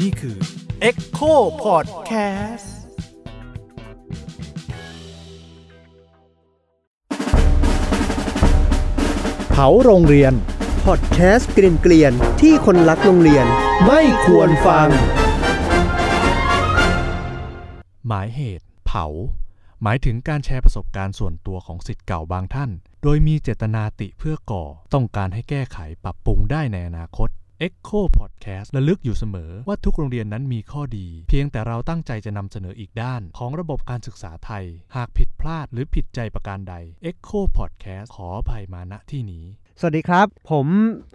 นี่คือ Echo Podcast เผาโรงเรียน พอดแคสต์เกรียนเกลียนๆที่คนรักโรงเรียน ไม่ควรฟัง หมายเหตุ เผา หมายถึงการแชร์ประสบการณ์ส่วนตัวของสิทธิ์เก่าบางท่าน โดยมีเจตนาติเพื่อก่อ ต้องการให้แก้ไขปรับปรุงได้ในอนาคต Echo Podcast ระลึกอยู่เสมอว่าทุกโรงเรียนนั้นมีข้อดี เพียงแต่เราตั้งใจจะนำเสนออีกด้าน ของระบบการศึกษาไทย หากผิดพลาดหรือผิดใจประการใด Echo Podcast ขออภัยมาณที่นี้ สวัสดีครับ ผม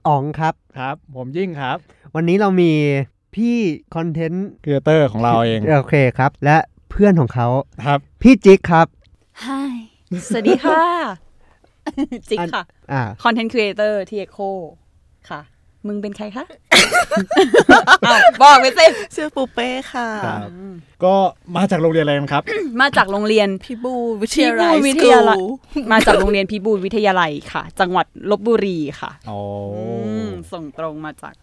อ๋องครับ ครับ ผมยิ่งครับ วันนี้เรามีพี่คอนเทนต์ ครีเอเตอร์ของเราเอง โอเคครับ และเพื่อนของเขา ครับ พี่จิ๊กครับ ฮายสวัสดีค่ะ จิ๊ก อัน ค่ะ อ่า คอนเทนต์ครีเอเตอร์ที่เอโคค่ะ มึงเป็นใครคะ อ้าวบอกไปสิ ชื่อปูเป้ค่ะ ครับ ก็มาจากโรงเรียนอะไรกันครับ มาจากโรงเรียน พี่บูวิทยาลัย พี่บูวิทสกู ยาลัย ล มาจากโรงเรียนพิบูลวิทยาลัยค่ะ จังหวัดลบบุรีค่ะ อ๋อ มส่งตรงมาจาก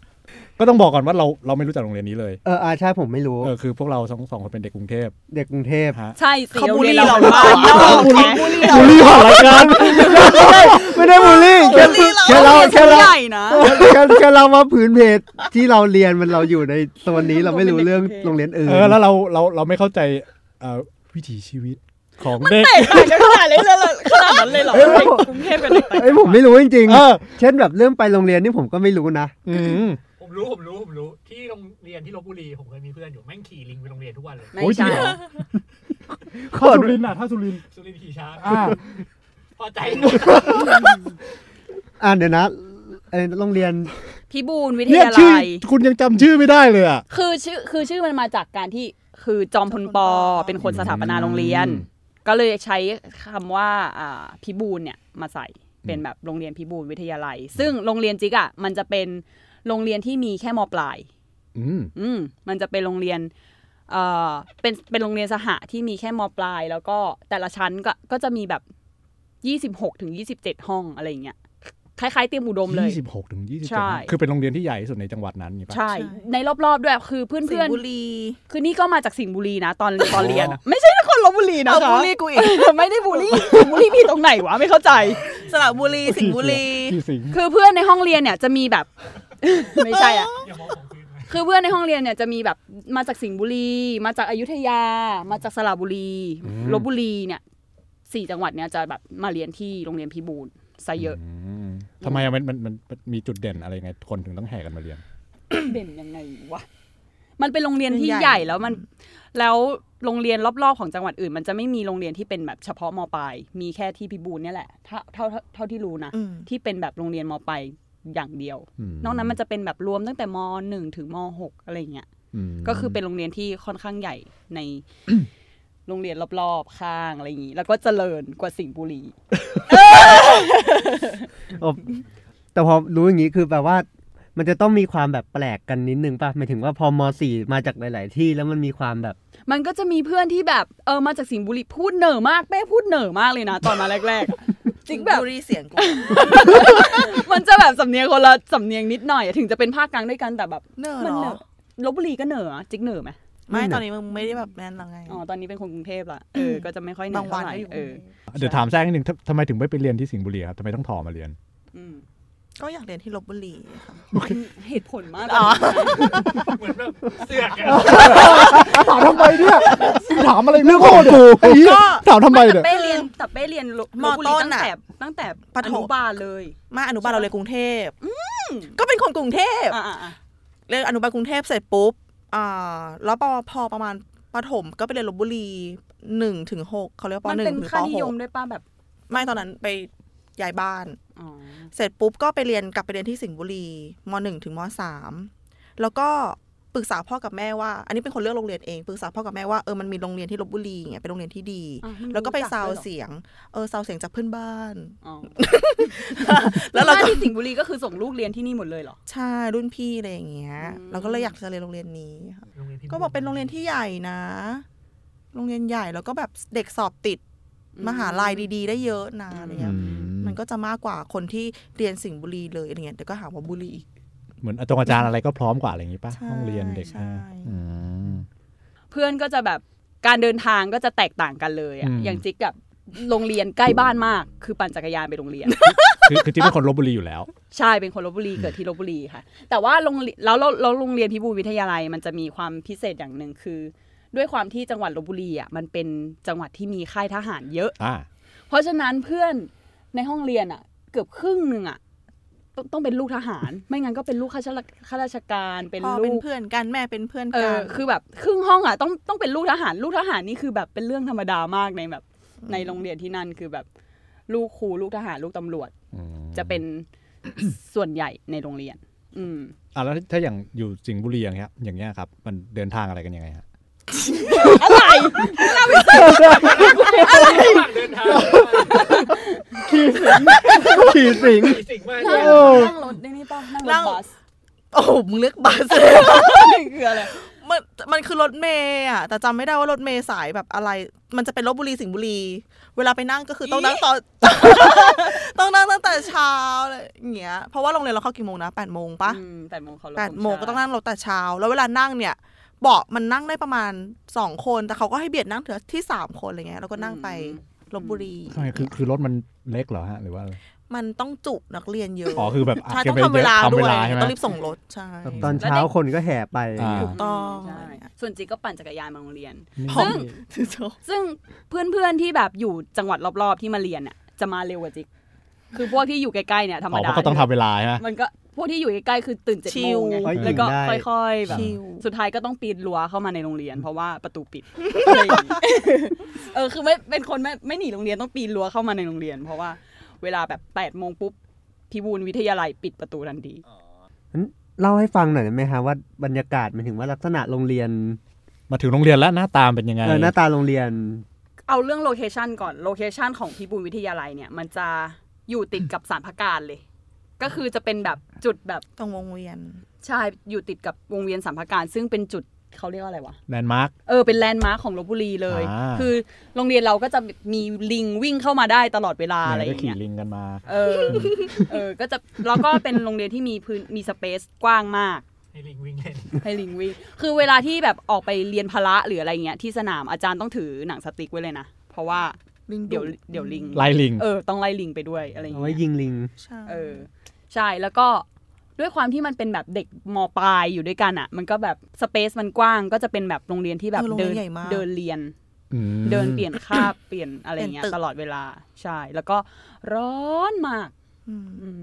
ก็ต้องบอกก่อนว่าเราเราไม่รู้จักโรงเรียนนี้เลย เอออาใช่ผมไม่รู้ เออคือพวกเราสองสองคนเป็นเด็กกรุงเทพ เด็กกรุงเทพ ฮะ ใช่สิ เขาบูล โงยน ลี่เราหรือเปล่า เราแค่ บุรีหอรายการ ไม่ได้บูลลี่แค่แค่เราแค่เรา ใหญ่นะ แค่แค่เรามาผืนเพจที่เราเรียนมันเราอยู่ในโซนนี้เราไม่รู้เรื่องโรงเรียนอื่น เออแล้วเราเราเราไม่เข้าใจเอ่อวิถีชีวิตของเด็ก แต่ขนาดขนาดเลยเหรอขนาดนั้นเลยเหรอเด็กกรุงเทพเป็นเด็กต่างจังห ไอ้ย วัด ผมไม่รู้จริง เออ ๆเช่นแบบเรื่องไปโรงเรียนนี่ผมก็ไม่รู้นะ อืม ผมรู้ ผมรู้ ผมรู้ ที่โรงเรียนที่ลบบุรี ผมเคยมีเพื่อนอยู่ แม่งขี่ลิงไปโรงเรียนทุกวันเลย ไม่ โอ้ยจริ ใช่ งเหรอ ก่ ท่า อน สุรินทร์อ่ะท่าสุรินทร์ สุรินทร์ขี่ช้าง อ่า พอใจ อ่านเดี๋ยวนะไอ้โรงเรียน พิบูลวิท เนี่ย ยา ชื่อ ลัย คุณยังจำชื่อไม่ได้เลยอ่ะ คือชื่อคือชื่อมันมาจากการที่คือจอมพลปอเป็นคนสถาปนาโรงเรียน อืม ก็เลยใช้คำว่าอ่าพิบูลเนี่ยมาใส่เป็นแบบโรงเรียนพิบูลวิทยาลัย ซึ่งโรงเรียนจิกอ่ะมันจะเป็นโรงเรียนที่มีแค่มปลาย อืม อืมมันจะเป็นโรงเรียนเอ่อเป็นเป็นโรงเรียนสหะที่มีแค่มปลาย แล้วก็แต่ละชั้นก็ก็จะมีแบบยี่สิบหกถึงยี่สิบเจ็ดห้องอะไรอย่างเงี้ยคล้ายๆเตรียมอุดมเลย ยี่สิบหกถึงยี่สิบ ใช่ เจ็ดคือเป็นโรงเรียนที่ใหญ่ที่สุดในจังหวัดนั้นนี่ปะ ใช่ในรอบๆด้วยคือเพื่อน สิงห์บุ ๆ รี คือนี่ก็มาจากสิงห์บุรีนะ ตอนตอนเรียนอะไม่ใช่คนลบบุรีนะ เอา คะ บูลลี่กูอี ก ไม่ได้บุรีสิงห์บุรีพี่ตรงไหนวะไม่เข้าใจ สระบุรี สิงห์บุรี ที่สิงห์ คือเพื่อนในห้องเรียนเนี่ยจะมีแบบ ไม่ใช่อ่ะ อย่ามองผมคืนนะ คือเพื่อนในห้องเรียนเนี่ยจะมีแบบมาจากสิงห์บุรี มาจากอยุธยา มาจากสระบุรีลบบุรีเนี่ยสี่จังหวัดเนี่ยจะแบบมาเรียนที่โรงเรียนพิบูลซะเยอะ ทำไมอะมันมันมันมันมีจุดเด่นอะไรยังไงคนถึงต้องแห่กันมาเรียน เด่นยังไงวะมันเป็นโรงเรียนที่ มันใหญ่ ใหญ่แล้วมันแล้วโรงเรียนรอบๆของจังหวัดอื่น มันจะไม่มีโรงเรียนที่เป็นแบบเฉพาะมปลายมีแค่ที่พิบูลเนี่ยแหละเท่าเท่าเท่าเท่าที่รู้นะ อืม ที่เป็นแบบโรงเรียนมปลายอย่างเดียว อืม นอกนั้นมันจะเป็นแบบรวมตั้งแต่มหนึ่งถึงมหกอะไรเงี้ย ก็คือเป็นโรงเรียนที่ค่อนข้างใหญ่ใน โรงเรียนรอบๆข้างอะไรอย่างงี้ แล้วก็เจริญกว่าสิงห์บุรี อ๋อแต่พอรู้อย่างนี้คือแบบว่า มันจะต้องมีความแบบแปลกกันนิดนึงป่ะหมายถึงว่าพอมสี่มาจากหลาย ๆ ที่แล้วมันมีความแบบ มันก็จะมีเพื่อนที่แบบเออมาจากสิงห์บุรีพูดเหน่อมากเป้พูดเหน่อมากเลยนะ ตอนมาแรกๆอะ จริงแบบ บุรีเสียงกู มันจะแบบสำเนียงคนละสำเนียงนิดหน่อยถึงจะเป็นภาคกลางด้วยกันแต่แบบ เนอะ มั เหร เห อ อะลบบุรีก็เหนอะจิกเหนอะไหม ไม่ ไม่เหนอะ ตอนนี้มึงไม่ได้แบบแน่นหรอไง อ๋อตอนนี้เป็นคนกรุงเทพละเออก็จะไม่ค่อยเหน บา อะ งวั เท่าน ไหร่ ก็อยู่ก เอ รุง อ เทพ เดี๋ยวถามแทรกนิดนึงทำทำไมถึงไม่ไปเรียนที่สิงห์บุรีครับทำไมต้องถอมาเรียน อืม ก็อยากเรียนที่ลบบุรีค่ะ เหตุผลมาก อ๋อ เหมือนแบบเสือกอะ ถามทำไมเนี่ยถามอะไรเรื่องของกูถามทำไม แต่ เนี่ย เป้เรียนแต่เป้เรียนลบ มอ บุ ต้ รี น ตั้ง น่ะ แต่ตั้งแต่ ปฐม อนุบาลเลย มาอนุบาลเราเรียนกรุงเทพก็เป็นคนกรุงเทพ อ่ะอ่ะอ่ะ เรียนอนุบาลกรุงเทพเสร็จปุ๊บอ่าแล้วปอพอประมาณปฐมก็ไปเรียนลบบุรีหนึ่งถึงหกเขาเรียกว่าป มัน หนึ่ เป็น งถึง ค่า ป นิ ห ย ก มด้วยป้าแบบ ไม่ตอนนั้นไปย้ายบ้าน อ๋อ เสร็จปุ๊บก็ไปเรียนกลับไปเรียนที่สิงห์บุรีมหนึ่งถึงมสามแล้วก็ปรึกษาพ่อกับแม่ว่า อันนี้เป็นคนเลือกโรงเรียนเองปรึกษาพ่อกับแม่ว่าเออมันมีโรงเรียนที่ลบบุรีไงเป็นโรงเรียนที่ดี อ่ะมึง แล้วก็ไป รู้จั ซาว ด้ยหรอ เสียงเออซาวเสียงจากเพื่อนบ้าน อ๋อ แล้วเรา บ้น ก็ ที่สิงห์บุรีก็คือส่งลูกเรียนที่นี่หมดเลยเหรอ ใช่รุ่นพี่อะไรอย่างเงี้ย อืม เราก็เลยอยากจะเรียนโรงเรียนนี้ค่ะ โรงเรียนที่ ก็บอกเป็นโรงเรียนที่ใหญ่นะ โรงเรียนใหญ่แล้วก็แบบเด็กสอบติดมหาลัยดี ๆ ได้เยอะนะอะไรเงี้ยมันก็จะมากกว่าคนที่เรียนสิงห์บุรีเลยอะไรเงี้ยเดี๋ยวก็หาว่าบุรีอีก เหมือนอาจารย์อาจารย์อะไรก็พร้อมกว่าอะไรอย่างนี้ป่ะ ใช่ ห้องเรียนเด็ก ใช่ อ่าอืม เพื่อนก็จะแบบการเดินทางก็จะแตกต่างกันเลยอะ อืม อย่างจิ๊กกับโรงเรียนใกล้บ้านมาก คือปั่นจักรยานไปโรงเรียน คือคือจิ๊บเป็นคนลบบุรีอยู่แล้ว ใช่เป็นคนลบบุรีเกิดที่ลบบุรีค่ะ แต่ว่าโรงเรียนแล้วแล้วแล้วโรงเรียนพิบูลวิทยาลัยมันจะมีความพิเศษอย่างหนึ่งคือ ด้วยความที่จังหวัดลบบุรีอ่ะมันเป็นจังหวัดที่มีค่ายทหารเยอะ อ่า เพราะฉะนั้นเพื่อนในห้องเรียนอ่ะ เกือบครึ่งหนึ่งอ่ะตต้องเป็นลูกทหาร ไม่งั้นก็เป็นลูกข้าราชข้าราชการเป็น พ่อ ลู เป็น ก เพื่อนกันแม่เป็นเพื่อน เอ กั อนคือแบบครึ่งห้องอ่ะต้องต้องเป็นลูกทหาร ลูกทหารนี่คือแบบเป็นเรื่องธรรมดามากในแบบในโรงเรียนที่นั่นคือแบบลูกครูลูกทหารลูกตำรวจ จะเป็น ส่วนใหญ่ในโรงเรียน อืม อ่ะแล้วถ้าอย่างอยู่สิงห์บุรีอย่างเงี้ยอย่างเงี้ยครับ มันเดินทางอะไรกันยังไงฮะ อะไร ระหว่างเดินทาง ขี่สิง มีสิ่งมาก นั่งนเลยั่งรถได้นี่ป่ะนั่งรถบัส โอ้โหมึงเลือกบัส คืออะไร มันมันคือรถเมย์อ่ะ แต่จำไม่ได้ว่ารถเมย์สายแบบอะไร มันจะเป็นลบบุรีสิงห์บุรี เวลาไปนั่งก็คือต้องนั่งตอน ต้องนั่งตั้งแต่เช้าเลยอย่างเงี้ยเพราะว่าโรงเรียนเราเข้ากี่โมงนะแปดโมงปะ อืมแปดโมงเขารถ แปดโมงก็ต้อง นั่ง นั่งรถแต่เช้า แล้วเวลานั่งเนี่ยเบาะมันนั่งได้ประมาณสองคน แต่เขาก็ให้เบียดนั่งเถอะที่สามคนอะไรเงี้ยแล้วก็นั่งไปลบบุรี ทำไมคือคือรถมันเล็กเหรอฮะ หรือว่าอะไร มันต้องจุนักเรียนเยอะ อ๋อคือแบบอัด ใช่ กัน ต้อง ไปเยอะทำเวลา ทำ ด้ เว วย ลาใช่ไหม ต้องรีบส่งรถใช่ ตอนเช้าคนก็แห่ไป อ่า ถูกต้อง ใช่ส่วนจีก็ปั่นจักรยานมาโรงเรียน พร้อม ซึ่งเพื่อนๆที่แบบอยู่จังหวัดรอบๆที่มาเรียนอ่ะ จะมาเร็วกว่าจิกคือพวกที่อยู่ใกล้ๆเนี่ยธรรม อ๋อ ดา เพราะก็ต้องทำเวลาใช่ไหม มันก็พวกที่อยู่ใกล้ๆคือตื่นเจ็ดโมงไง ชิล แล้วก็ ได้ ค่อยๆแบบ ชิว สุดท้ายก็ต้องปีนรั้วเข้ามาในโรงเรียน เพราะว่าประตูปิ ด อะไรอย่างงี้เออคือไม่เป็นคนไม่ไม่หนีโรงเรียนต้องปีนรั้วเข้ามาในโรงเรียน เพราะว่าเวลาแบบ8ปดโมงปุ๊บพิบูลวิทยาลัยปิดประตูทันที เล่าให้ฟังหน่อยได้ไหมฮะว่าบรรยากาศหมันถึงว่าลักษณะโรงเรียน มาถึงโรงเรียนแล้วหน้าตามเป็นยังไง เออหน้าตาโรงเรียน เอาเรื่องโลเคชันก่อนโลเคชันของพิบูลวิทยาลัยเนี่ย มันจะอยู่ติดกับสารพระการเลย ก็คือจะเป็นแบบจุดแบบ ตรงวงเวียน ใช่อยู่ติดกับวงเวียนสารพระการ ซึ่งเป็นจุดเขาเรียกว่าอะไรวะ แลนด์มาร์ค เออเป็นแลนด์มาร์คของลบบุรีเลย อ่า คือโรงเรียนเราก็จะมีลิงวิ่งเข้ามาได้ตลอดเวลาอะไรอ ก็ ย่าง ขี่ เงี้ย ลิงกันมา เออเออก็จะแล้วก็เป็นโรงเรียนที่มีพื้นมีสเปซกว้างมาก ให้ลิงวิ่งเล่น ให้ลิงวิ่งคือเวลาที่แบบออกไปเรียนพละหรืออะไรเงี้ยที่สนามอาจารย์ต้องถือหนังสติ๊กไว้เลยนะ เพราะว่า ลิง เดี๋ยวเดี๋ยวลิง ไล่ลิง เออต้องไล่ลิงไปด้วยอะไรอย่าง เอา เงี้ย ไว้ยิงลิง ใช่ เออใช่แล้วก็ด้วยความที่มันเป็นแบบเด็กมปลายอยู่ด้วยกันอ่ะ มันก็แบบสเปซมันกว้างก็จะเป็นแบบโรงเรียนที่แบบ เออโรง เดิ เรีย น นใหญ่มาก เดินเรียน ม เดินเปลี่ยนคาบ เปลี่ยนอะไรอย่างเงี้ย เปลี่ยนตึ ต ก ลอดเวลาใช่ แล้วก็ร้อนมาก อืม อืม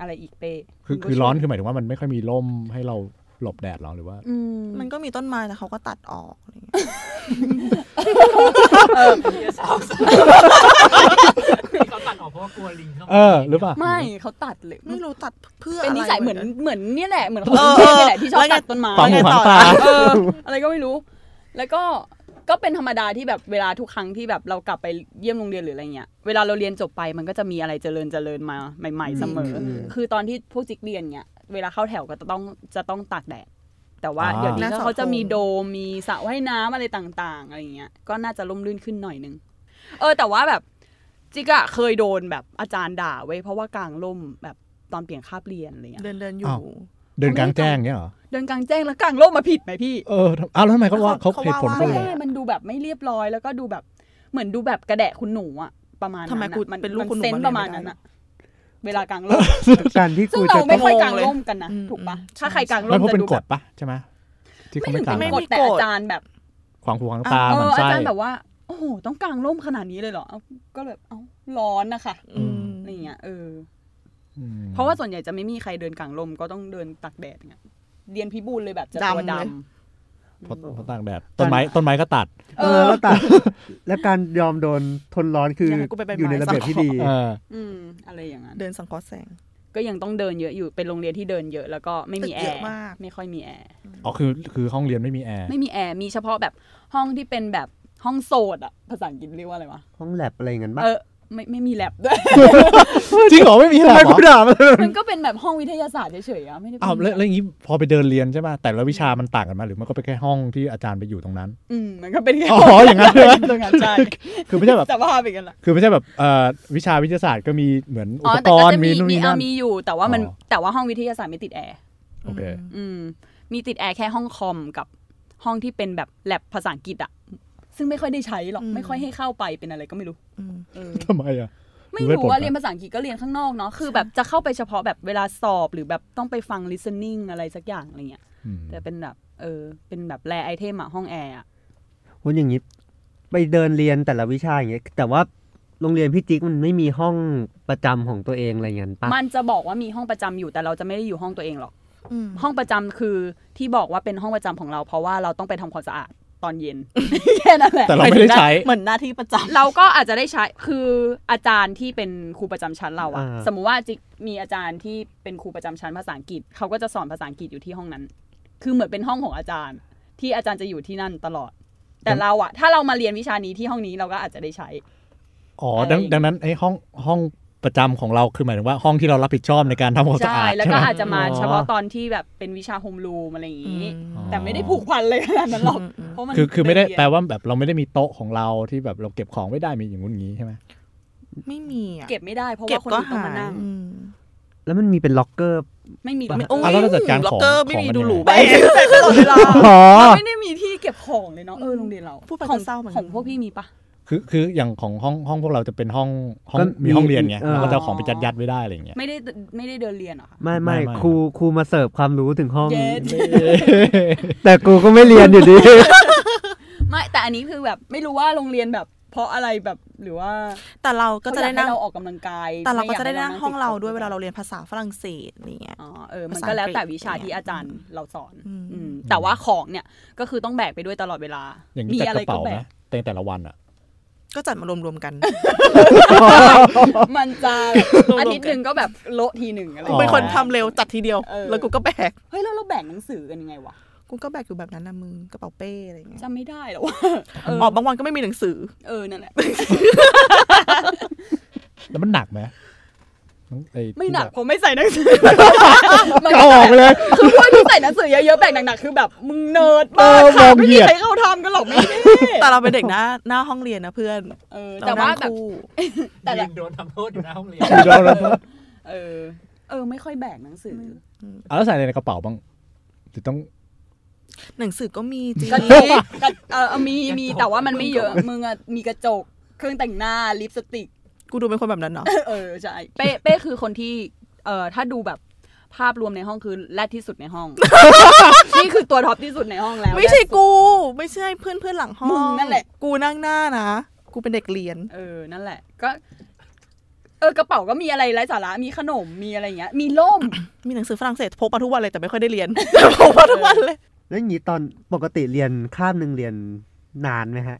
อะไรอีกเป้ คือ ณ คือ ผู้ชม ร้อนคือหมายถึงว่ามันไม่ค่อยมีร่มให้เราหลบแดดหรอหรือว่า อืม มันก็มีต้นไม้แต่เขาก็ตัดออกอะไรเงี้ย ที่เขาตัดออกเพราะว่ากลัวลิงเข้ามา เออ หรือเปล่า ไม่เขาตัดเลย ไม่รู้ตัดเพื่อ เป็นนิสัยเหมือน อะไร เหมือนเนี่ยแหละเหมือนคน เออ เพื่อนเนี่ยแหละที่ชอบ แล้วไง ตัดต้นไม้ ฝังหู ไง ฝั ต่ ง อ ตา เออ อะไรก็ไม่รู้ แล้วก็ก็เป็นธรรมดาที่แบบเวลาทุกครั้งที่แบบเรากลับไปเยี่ยมโรงเรียนหรืออะไรเงี้ยเวลาเราเรียนจบไปมันก็จะมีอะไรเจริญเจริญมาใหม่ ๆเสมอ อืม คือตอนที่พวกจิกเรียนเนี้ยเวลาเข้าแถวก็จะต้องจะต้องตากแดด แต่ว่า อ่า เดี๋ยวนี้ หน้าเสา เขาจะ ธง มีโดมมีสระว่ายน้ำอะไรต่าง ๆ อะไรเงี้ยก็น่าจะร่มรื่นขึ้นหน่อยนึง เออ แต่ว่าแบบจิกอะเคยโดนแบบอาจารย์ด่าไว้ยเพราะว่ากลางร่มแบบตอนเปลี่ยนคาบเรียนอะไรเงี้ย เดินเดินๆอ อ้า ยู่ ว เดินกลางแจ้งเงี้ยเหรอ เดินกลางแจ้งแล้วกลางร่มมาผิดไหมพี่ เออทำอ้าวแล้วทำไมเขาว่าเขา เขา เหตุผล ว่า เขา ไม่ ไง ได้มันดูแบบไม่เรียบร้อยแล้วก็ดูแบบเหมือนดูแบบกระแดะคุณหนูอะประมาณนั้น ทำไม อะ กู มัน เป็นลูก มั คุณหนู เซนส์ปมาเรียนระมาณนั้นอะเวลากลาง ร่ม การที่ ซึ่ง กู เรา จะต้ ไม่ อง ค่อยกลางร่มกันนะ อืม ถูกปะ อืม ถ้าใครกลางร่ ไม่ ม เพราะ จะ เป็น ดู ก แบ ฎ บ ปะใช่ไหมที่เขา ไม่ ไม่กถึงลาง เป็น ก ก ฎ ฎแต่อาจารย์แบบ ขวางหูขวางตา เอ หมัน ออา ไส้ จารย์แบบว่าโอ้โหต้องกลางร่มขนาดนี้เลยเหรอเอ้าก็แบบเอ้าร้อนนะคะ อืม อะไรเงี้ยเออ อืม เพราะว่าส่วนใหญ่จะไม่มีใครเดินกลางร่มก็ต้องเดินตักแดดอย่างเงี้ยเรียนพิบูลเลยแบบจะตัว ดำ ด เลย เพราะเพราะตากแดดต้นไม้ต้นไม้ก็ตัด ำ เออแล้วตัดแล้วการยอมโดนทนร้อนคืออยอากให้กูไปเป็น อยู่ในระเบียบที่ดี หมายสังคม เออ อืมอะไรอย่างนั้น เดินสังเคราะห์แสง ก็ยังต้องเดินเยอะอยู่เป็นโรงเรียนที่เดินเยอะแล้วก็ไม่มี ตึก แอ เยอะ ร์ มาก ไม่ค่อยมีแอร์ อ๋อคือคือห้องเรียนไม่มีแอร์ ไม่มีแอร์มีเฉพาะแบบห้องที่เป็นแบบห้องโซดอะภาษาอังกฤษเรียกว่าอะไรวะ ห้องแลบอะไรเงี้ยบ้า เออไม่ไม่มีแลบด้วย จริงเหรอไม่มีแอ ทำไม ร์เหร กู อ ด่ามัน มันก็เป็นแบบห้องวิทยาศาสตร์เฉยๆอะไม่ได้เป็น อ้าวแล้วแล้วอย่างนี้พอไปเดินเรียนใช่ป่ะแต่ละวิชามันต่างกันไหมหรือมันก็เป็นแค่ห้องที่อาจารย์ไปอยู่ตรงนั้น อืมมันก็เป็นแค่ อ๋ออย่างนั้นใช่ไหม ตรงนั้นใช่ คือไม่ใช่แบบ แต่ว่าเป็นกันละ คือไม่ใช่แบบเอ่อวิชาวิทยาศาสตร์ก็มีเหมือนอุ อ๋อ ป แต่ ก ก็ รณ์ จะ มีนู่นมีมี นี่ เอา นั่น มีอยู่ แต่ว่ามัน อ๋อ แต่ว่าห้องวิทยาศาสตร์ไม่ติดแอร์ โอเค อืมมีติดแอร์แค่ห้องคอมกับห้องที่เป็นแบบแลบภาษาอังกฤษอะซึ่งไม่ค่อยได้ใช้หรอก อืม ไม่ค่อยให้เข้าไปเป็นอะไรก็ไม่รู้ อืม เออ ทำไมอ่ะ ไม่ ไม่ รู้ ผม ว่า นะ เรียนภาษาอังกฤษก็เรียนข้างนอกเนาะคือแบบจะเข้าไปเฉพาะแบบเวลาสอบหรือแบบต้องไปฟัง listening อะไรสักอย่างอะไรเงี้ย อืม แต่เป็นแบบเออเป็นแบบแลไอเทมอะห้องแอร์อะ คุณอย่างนี้ไปเดินเรียนแต่ละวิชาอย่างเงี้ยแต่ว่าโรงเรียนพี่จิ๊กมันไม่มีห้องประจำของตัวเองอะไรเงี้ยปะ มันจะบอกว่ามีห้องประจำอยู่แต่เราจะไม่ได้อยู่ห้องตัวเองหรอก อืม ห้องประจำคือที่บอกว่าเป็นห้องประจำของเรา เพราะว่าเราต้องไปทำความสะอาดตอนเย็ น แค่นั้นแหละ แต่เราไม่ได้ใช้ เหมือนหน้าที่ประจำ เราก็อาจจะได้ใช้คืออาจารย์ที่เป็นครูประจำชั้นเราอะ า สมมุติว่าจิกมีอาจารย์ที่เป็นครูประจำชั้นภาษาอังกฤษเขาก็จะสอนภาษาอังกฤษอยู่ที่ห้องนั้น คือเหมือนเป็นห้องของอาจารย์ ที่อาจารย์จะอยู่ที่นั่นตลอด แต่เราอะถ้าเรามาเรียนวิชานี้ที่ห้องนี้เราก็อาจจะได้ใช้ อ๋อ อะไร ดังดังนั้นไอ้ห้องห้องประจำของเราคือหมายถึงว่าห้องที่เรารับผิดชอบในการทำความสะ ใช่ อาด แล้วก็ ใช่ไหม อาจจะมาเฉพาะตอนที่แบบเป็นวิชาโฮมรูมอะไรอย่างนี้ อ๋อ แต่ไม่ได้ผูกพันเลยขนาดนั้นหรอก อืม เพราะมัน คือคือไม่ได้ ละเย แปลว่าแบบเราไม่ได้มีโต๊ะของเราที่แบบเราเก็บของไม่ได้มีอย่างงู้นอย่างงี้ใช่ไหม ไม่มีอะ เก็บไม่ได้เพราะ เก็บ ว่าคน ก็ อื่นต้อหามงายนั่ง อืม แล้วมันมีเป็นล็อกเกอร์ ไม่มี อ่ะ ไม่ โอ้ย แล้วเราจัดการ ล็อ ของ กเกอร์ไม่มี ของน ดู ยังง หรูไป ตลอดเวลา อ๋อ เราไม่ได้มีที่เก็บของเลยเนาะเออโรงเรียนเรา พูดไป ของ ก็เศร้าเหมือนกัขนองพวกพี่มีปะ คือคืออย่างของห้องห้องพวกเราจะเป็นห้องห้อง ก็มี มีห้องเรียนไง เออ เราก็จะเอาของไปยัดยัดไว้ได้อะไรอย่างเงี้ย ไม่ได้ไม่ได้เดินเรียนเหรอคะ ไม่ไม่ ไม่ไม่ ครูครูมาเสิร์ฟความรู้ถึงห้อง เย็น แต่กูก็ไม่เรียนอยู่ดี ไม่แต่อันนี้คือแบบไม่รู้ว่าโรงเรียนแบบ เพราะอะไรแบบหรือว่า แต่เราก็จะได้นั่ง เขาอยาให้เราออกกำลังกาย แต่เราก็จะ ม่ ได้ ย นั่งห้องเราด้วยเวลา ติ เราเรียนภาษาฝรั่งเศสอะไรเงี้ย อ๋อเออมันก็แล้วแต่วิชาที่อาจารย์เราสอน อืม อืมแต่ว่าของเนี่ยก็คือต้องแบกไปด้วยตลอดเวลา อย่าง มี นี้จัด อะ ก ไร ระ ก็ เป๋า แบ ไหม ก แต่แต่ละวันอ่ะ ก็จัดมารวมๆกัน มันจะ รวมๆกัน อาทิตย์หนึ่งก็แบบโละทีหนึ่งอะไร อ๋อ เป็นคนทำ เลย เร็วจัดทีเดียว เออ แล้วกูก็แบก เฮ้ยแล้วเราแบ่งหนังสือกันยังไงวะ กูก็แบกอยู่แบบนั้นนะมึงกระเป๋าเป้อะไรเงี้ย จำไม่ได้หรอวะเออ อ๋อบางวันก็ไม่มีหนังสือ เออนั่นแหละ แล้วมันหนักไหมอ้ที่ ไม่หนัก แบบ ผมไม่ใส่หนังสือมัน เอา ออกไปเลย คือพวกที่ใส่หนังสือเยอะๆแบ่งหนักๆคือแบบมึงเนิร์ดมาก เออมอ ค่ะ ง ไม่ เหยี มี ยด ใครเข้าทำกันหรอกไม่ ได้ แต่เราเป็นเด็กหน้าหน้าห้องเรียนนะเพื่อน เออ เร แต่ว่า นั่ง แบบ คู่ แต่ละ ยืนโดนทำโทษอยู่หน้าห้องเรียน เดี๋ยวเรา เออ เออ ไม่ค่อยแบ่งหนังสือ เอาแล้วใส่อะไรในกระเป๋าบ้างหรือต้อง หนังสือก็มีจริง กระจกกระเออมีมีแต่ว่ามันไม่เยอะมึงอะมีกระจก เครื่องแต่งหน้าลิปสติก กูดูเป็นคนแบบนั้นเนาะ เออใช่เป้เป้คือคนที่เอ่อถ้าดูแบบภาพรวมในห้องคือแรดที่สุดในห้ อง นี่คือตัวท็อปที่สุดในห้องแล้ว ไม่ใช่ แรดสุด กูไม่ใช่เพื่อนเพื่อนๆหลังห้อ มึ ง งนั่นแหละ กูนั่งหน้านะ กูเป็นเด็กเรียน เออนั่นแหละก็ เออกระเป๋าก็มีอะไรไร้สาระมีขนมมีอะไรอย่างเงี้ย มีล่ม มีหนังสือฝรั่งเศสพกมาทุกวันเลยแต่ไม่ค่อยได้ เรียน พกมาทุกวันเลย แล้วอย่างนี้ตอนปกติเรียนคาบหนึ่งเรียนนานไหมฮะ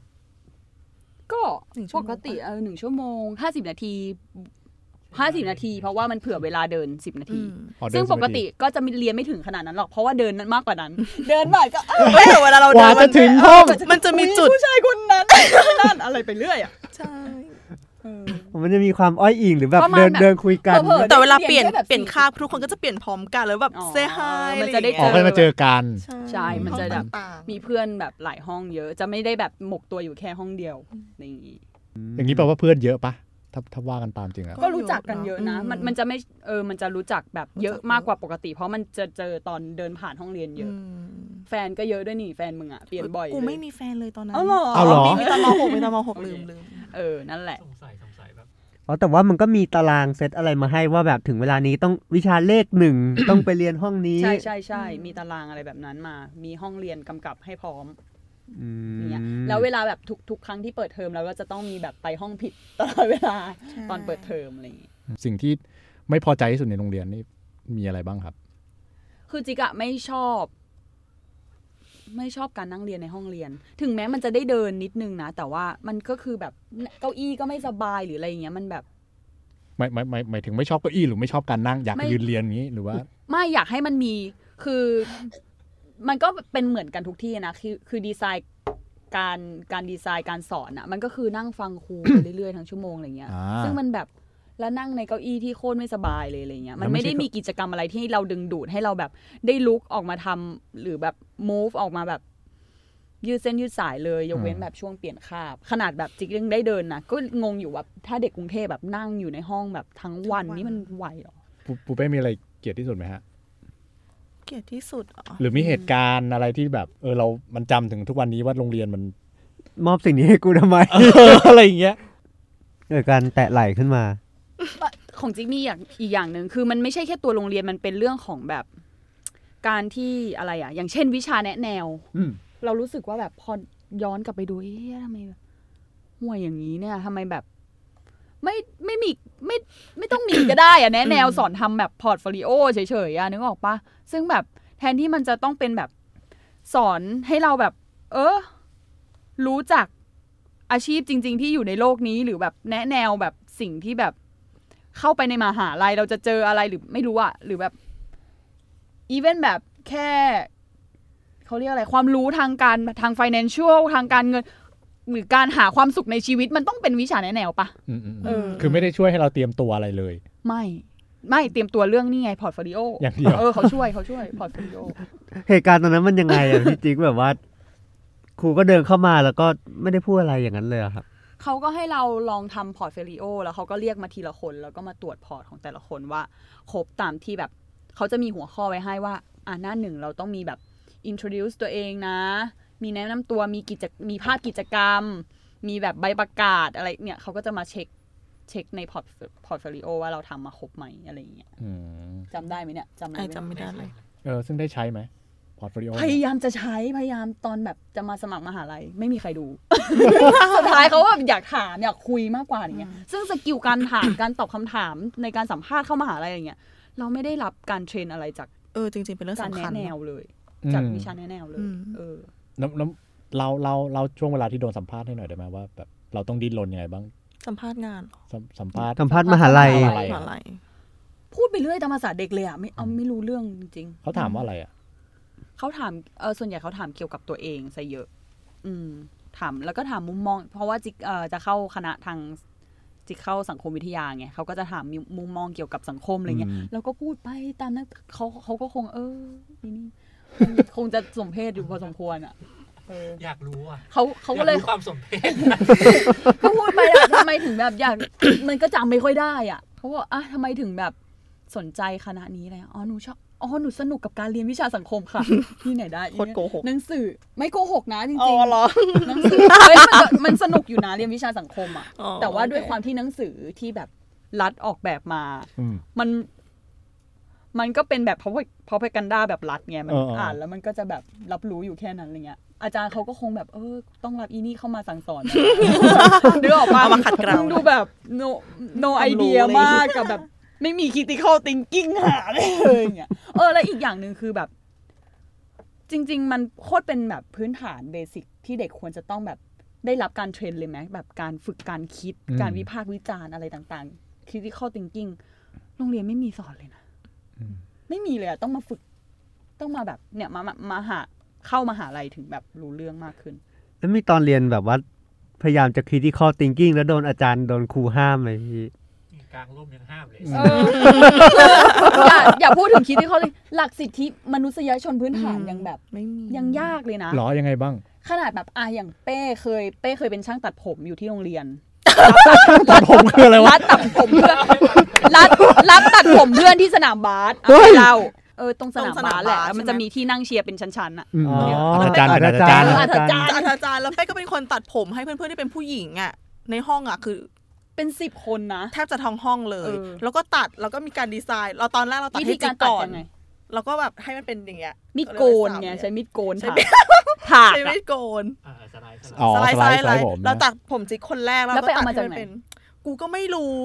ก็ หนึ่งชั่ ป วโมง กติเออหนึ่งชั่วโมงห้าสิบนาทีห้าสิบนาที เพราะว่ามันเผื่อเวลาเดินสิบนาที อ๋อเดิน ซึ่ง สิบ ป นาก ที ติก็จะมีเรียนไม่ถึงขนาดนั้นหรอก เพราะว่าเดินมากกว่า นั้น เดินหน่อยก็เอ้ย เฮ้ยแต่เวลาเรา ก เดิ ว่านจะ น ถึงห้อง มันจะมีจุด ผู้ชายคนนั้นคนนั้น อะไรไปเรื่อยอ่ะ ใช่ เออ มันจะมีความอ้อยอิงหรือแบบ ประมาณ เดิน แบบ เดินคุยกัน เผลอๆ แต่เวลาเปลี่ยน ได้แบบ เปลี่ยน สี่สิบ คาบทุกคนก็จะเปลี่ยนพร้อมกันแล้วแบบ อ๋อ เซฮาย มันจะได้ อ๋อก็จะมาเจอกัน ใช่มันจะแบบ ต่างๆ มีเพื่อนแบบหลายห้องเยอะ จะไม่ได้แบบหมกตัวอยู่แค่ห้องเดียวอะไรอย่างงี้ อย่างนี้แปลว่าเพื่อนเยอะปะถ้าถ้าว่ากันตามจริงอะ ก็รู้จักกันเยอะนะ มันมันจะไม่เออมันจะรู้จักแบบเยอะมากกว่าปกติ เพราะมันจะเจอตอนเดินผ่านห้องเรียนเย อื อะ ม แฟนก็เยอะด้วยนี่แฟนมึงอ่ะเปลี่ยนบ่อย กู เลย ไม่มีแฟนเลยตอนนั้น เอาเหรอ เอาเหรอ มีมีตอนมหกมีตอนมหกลืมลืม เออนั่นแหละ สงสัยสงสัยแบบ อ๋อแต่ว่ามันก็มีตารางเซตอะไรมาให้ว่าแบบถึงเวลานี้ต้องวิชาเลขหนึ่ง ต้องไปเรียนห้องนี้ ใช่ใช่ใช่มีตารางอะไรแบบนั้นมา มีห้องเรียนกำกับให้พร้อม อืม อย่างเงี้ยแล้วเวลาแบบทุกทุกครั้งที่เปิดเทอมเราก็จะต้องมีแบบไปห้องผิดตลอดเวลาตอนเปิดเทอมอะไรอย่างงี้ สิ่งที่ไม่พอใจที่สุดในโรงเรียนนี่มีอะไรบ้างครับ คือจิกอะไม่ชอบ ไม่ชอบการนั่งเรียนในห้องเรียน ถึงแม้มันจะได้เดินนิดนึงนะ แต่ว่ามันก็คือแบบเก้าอี้ก็ไม่สบายหรืออะไรอย่างเงี้ยมันแบบ หมายหมายหมายหมายถึงไม่ชอบเก้าอี้หรือไม่ชอบการนั่งอยาก ไม่ ยืนเรียนอย่างนี้หรือว่า ไม่อยากให้มันมีคือ มันก็เป็นเหมือนกันทุกที่นะคือคือดีไซน์การการดีไซน์การสอนอะมันก็คือนั่งฟังครู ไปเรื่อยๆทั้งชั่วโมงอะไรเงี้ย อ่า ซึ่งมันแบบแล้วนั่งในเก้าอี้ที่โคตรไม่สบายเลยอะไรเงี้ย มัน แล้วไม่ ไม่ ใช่ ได้มีกิจกรรมอะไรที่เราดึงดูดให้เราแบบได้ลุกออกมาทำหรือแบบ move ออกมาแบบ ยืดเส้นยืดสายเลยยกเว้นแบบช่วงเปลี่ยนคาบ ขนาดแบบจิกยังได้เดินนะก็งงอยู่ว่าถ้าเด็กกรุงเทพแบบนั่งอยู่ในห้องแบบทั้งวันนี่มันไหวเหรอ ปูปูเป้มีอะไรเกลียดที่สุดไหมฮะ เกลียดที่สุดเหรอ หรือมีเหตุการณ์อะไรที่แบบเออเรามันจำถึงทุกวันนี้ว่าโรงเรียนมัน มอบสิ่งนี้ให้กูทำไม เอออะไรอย่างเงี้ย เกิดการแตะไหล่ขึ้นมา ของจิ๊กมีอย่างอีกอย่างหนึ่งคือมันไม่ใช่แค่ตัวโรงเรียนมันเป็นเรื่องของแบบ การที่อะไรอ่ะ อย่างเช่นวิชาแนะแนว อืม เรารู้สึกว่าแบบพอย้อนกลับไปดูเอ๊ะทำไมแบบห่วยอย่างนี้เนี่ยทำไมแบบ ไม่ไม่มีไม่ไม่ต้องมีก็ได้อะแนะแนวสอนทำแบบพอร์ตโฟลิโอเฉยๆอะนึกออกปะซึ่งแบบแทนที่มันจะต้องเป็นแบบสอนให้เราแบบ เออ รู้จักอาชีพจริง ๆ ที่อยู่ในโลกนี้หรือแบบแนะแนวแบบสิ่งที่แบบเข้าไปในมหาลัยเราจะเจออะไรหรือไม่รู้อะหรือแบบอีเวนแบบแค่ เขาเรียกอะไรความรู้ทางการทาง financial ทางการเงิน หรือการหาความสุขในชีวิตมันต้องเป็นวิชาแนะแนวปะ อืมอืม เออ คือไม่ได้ช่วยให้เราเตรียมตัวอะไรเลย ไม่ ไม่เตรียมตัวเรื่องนี่ไง พอร์ตโฟลิโอ อย่างเดียว เออเขาช่วยเขาช่วย พอร์ตโฟลิโอ เหตุการณ์ตอนนั้นมันยังไงอ่ะ พี่จิ๊กแบบว่าครูก็เดินเข้ามาแล้วก็ไม่ได้พูดอะไรอย่างนั้นเลยอะครับ เขาก็ให้เราลองทำพอร์ตโฟลิโอแล้วเขาก็เรียกมาทีละคน แล้วก็มาตรวจพอร์ตของแต่ละคนว่า ครบตามที่แบบ เขาจะมีหัวข้อไว้ให้ว่า อ่าหน้าหนึ่งเราต้องมีแบบ introduce ตัวเองนะ มีแนะนำตัวมีกิจมีภาพกิจกรรม มีแบบใบประกาศอะไรเนี่ยเขาก็จะมาเช็คเช็คในพอร์ตพอร์ตโฟลิโอว่าเราทำมาครบไหมอะไรอย่างเงี้ย อืม จำได้ไหมเนี่ยจำ ไอ ได้ไหม จำไม่ได้เลย เออซึ่งได้ใช้ไหมพอร์ตโฟลิโอ พยายามจะใช้พยายามตอนแบบจะมาสมัครมหาลัยไม่มีใครดู สุดท้ายเขาแบบอยากถามอยากคุยมากกว่าอย่างเงี้ยซึ่งสกิลการถาม การตอบคำถามในการสัมภาษณ์เข้ามหาลัยอย่างเงี้ยเราไม่ได้รับการเทรนอะไรจาก เออจริง ๆ เป็นเรื่อง การ สำคั แนะ ญ แนวเลย จากวิชาแนะแนวเล อื ย ม เออ น้ำน้ำเราเราเราช่วงเวลาที่โดนสัมภาษณ์ให้หน่อยได้ไหมว่าแบบเราต้องดิ้นรนยังไงบ้าง สัมภาษณ์งานเหรอ สัมสัมภาษณ์ สัมภาษณ์มหาลัย มหาลัย มหาลัย พูดไปเรื่อยตามภาษาเด็กเลยอ่ะไม่เอาไม่รู้เรื่องจริงๆ เขาถามว่าอะไรอ่ะ เขาถามเออส่วนใหญ่เขาถามเกี่ยวกับตัวเองซะเยอะ อืม ถามแล้วก็ถามมุมมอง เพราะว่าจิกเออจะเข้าคณะทางจิกเข้าสังคมวิทยาไงเขาก็จะถามมุมมองเกี่ยวกับสังคมอะไรเงี้ย อืม แล้วก็พูดไปตามนั้นเขาเขาก็คง เออนี่นี่คงจะสมเพศอยู่พอสมควรอ่ะเออ อยากรู้อ่ะ เขาเขาก็เลย อรู้ความสมเพศ ก็พูดไปอะทำไมถึงแบบอยาก มันก็จำไม่ค่อยได้อ่ะเขาบอกอ่ะทำไมถึงแบบสนใจคณะนี้อะไรอ๋อหนูชอบอ๋อหนูสนุกกับการเรียนวิชาสังคมค่ะ ที่ไหนได้ โคตรโกหก หนังสือไม่โกหกนะจริง อ๋อ ๆ เหรอ หนังสือเฮ้ยมันมันสนุกอยู่นะเรียนวิชาสังคมอ่ะ อ๋อ แต่ว่าด้วย โอเค ความที่หนังสือที่แบบรัดออกแบบมา อืม มัน มันก็เป็นแบบเพราะเพราะพกันด้าแบบรัดไงมัน เออเอออ่ อ่านแล้วมันก็จะแบบรับรู้อยู่แค่นั้นอะไรเงี้ย อาจารย์เขาก็คงแบบเออ ต้องรับอีนี่เข้ามาสั่งสอน นะ นึกออกปะ เอามาขัดเกลา มึงดูแบบ no no ความรู้ idea มากกับแบบ ไม่มี critical thinking หาอะไรเลยอย่างเงี้ยเออแล้วอีกอย่างหนึ่งคือแบบ จริง ๆ มันโคตรเป็นแบบพื้นฐานเบสิกที่เด็กควรจะต้องแบบได้รับการเทรนเลยไหมแบบการฝึกการคิด อืม การวิพากษ์วิจารณ์อะไรต่างๆ critical thinking โรงเรียนไม่มีสอนเลยนะ ไม่มีเลยอะต้องมาฝึก ต้องมาแบบเนี่ยมามามาหาเข้ามาหาลัยถึงแบบรู้เรื่องมากขึ้น แล้วมีตอนเรียนแบบว่าพยายามจะคิดที่ข้อ thinking แล้วโดนอาจารย์โดนครูห้ามไหมพี่ กลางร่มยังห้ามเลย เอออย่าอย่าพูดถึงคิดที่เขาเลย หลักสิทธิมนุษยชนพื้นฐานยังแบบ ไม่มี ยังยากเลยนะ หรอยังไงบ้าง ขนาดแบบอ่ะอย่างเป้เคย เป้เคยเป็นช่างตัดผมอยู่ที่โรงเรียน ตัดผมคืออะไรวะ รัดตัดผมเพื่อนรัดรัดตัดผมเพื่อนที่สนามบาสเอาไปเราเออตรงสนามบาสแหละแล้วมันจะมีที่นั่งเชียร์เป็นชั้นๆอ่ะ อ๋อ อาจารย์เป็นอาจารย์ อาจารย์ อาจารย์อาจารย์แล้วเป้ก็เป็นคนตัดผมให้เพื่อนๆที่เป็นผู้หญิงอ่ะในห้องอ่ะคือ เป็นสิบคนนะ แทบจะท้องห้องเลย เออ แล้วก็ตัด แล้วก็มีการดีไซน์ เราตอนแรกเราตัด วิ ให้ ธี จิ กาก รตัด ก่อน ยังไง แล้วก็แบบให้มันเป็นอย่างเงี้ย มีดโกนไงใช้มีดโกน ใช้ ถาก มีด ถาก ใช้ อะ มีดโกน อ่าสไลด์สไล อ๋อ ด์ สไลด์สสไลด์ไลด์ผมนะ เราตัดผมจิกคนแรกแล้ว แล้ว ก็ ไปเอาตัด มา ให้ จาก มัน ไหน เป็น กูก็ไม่รู้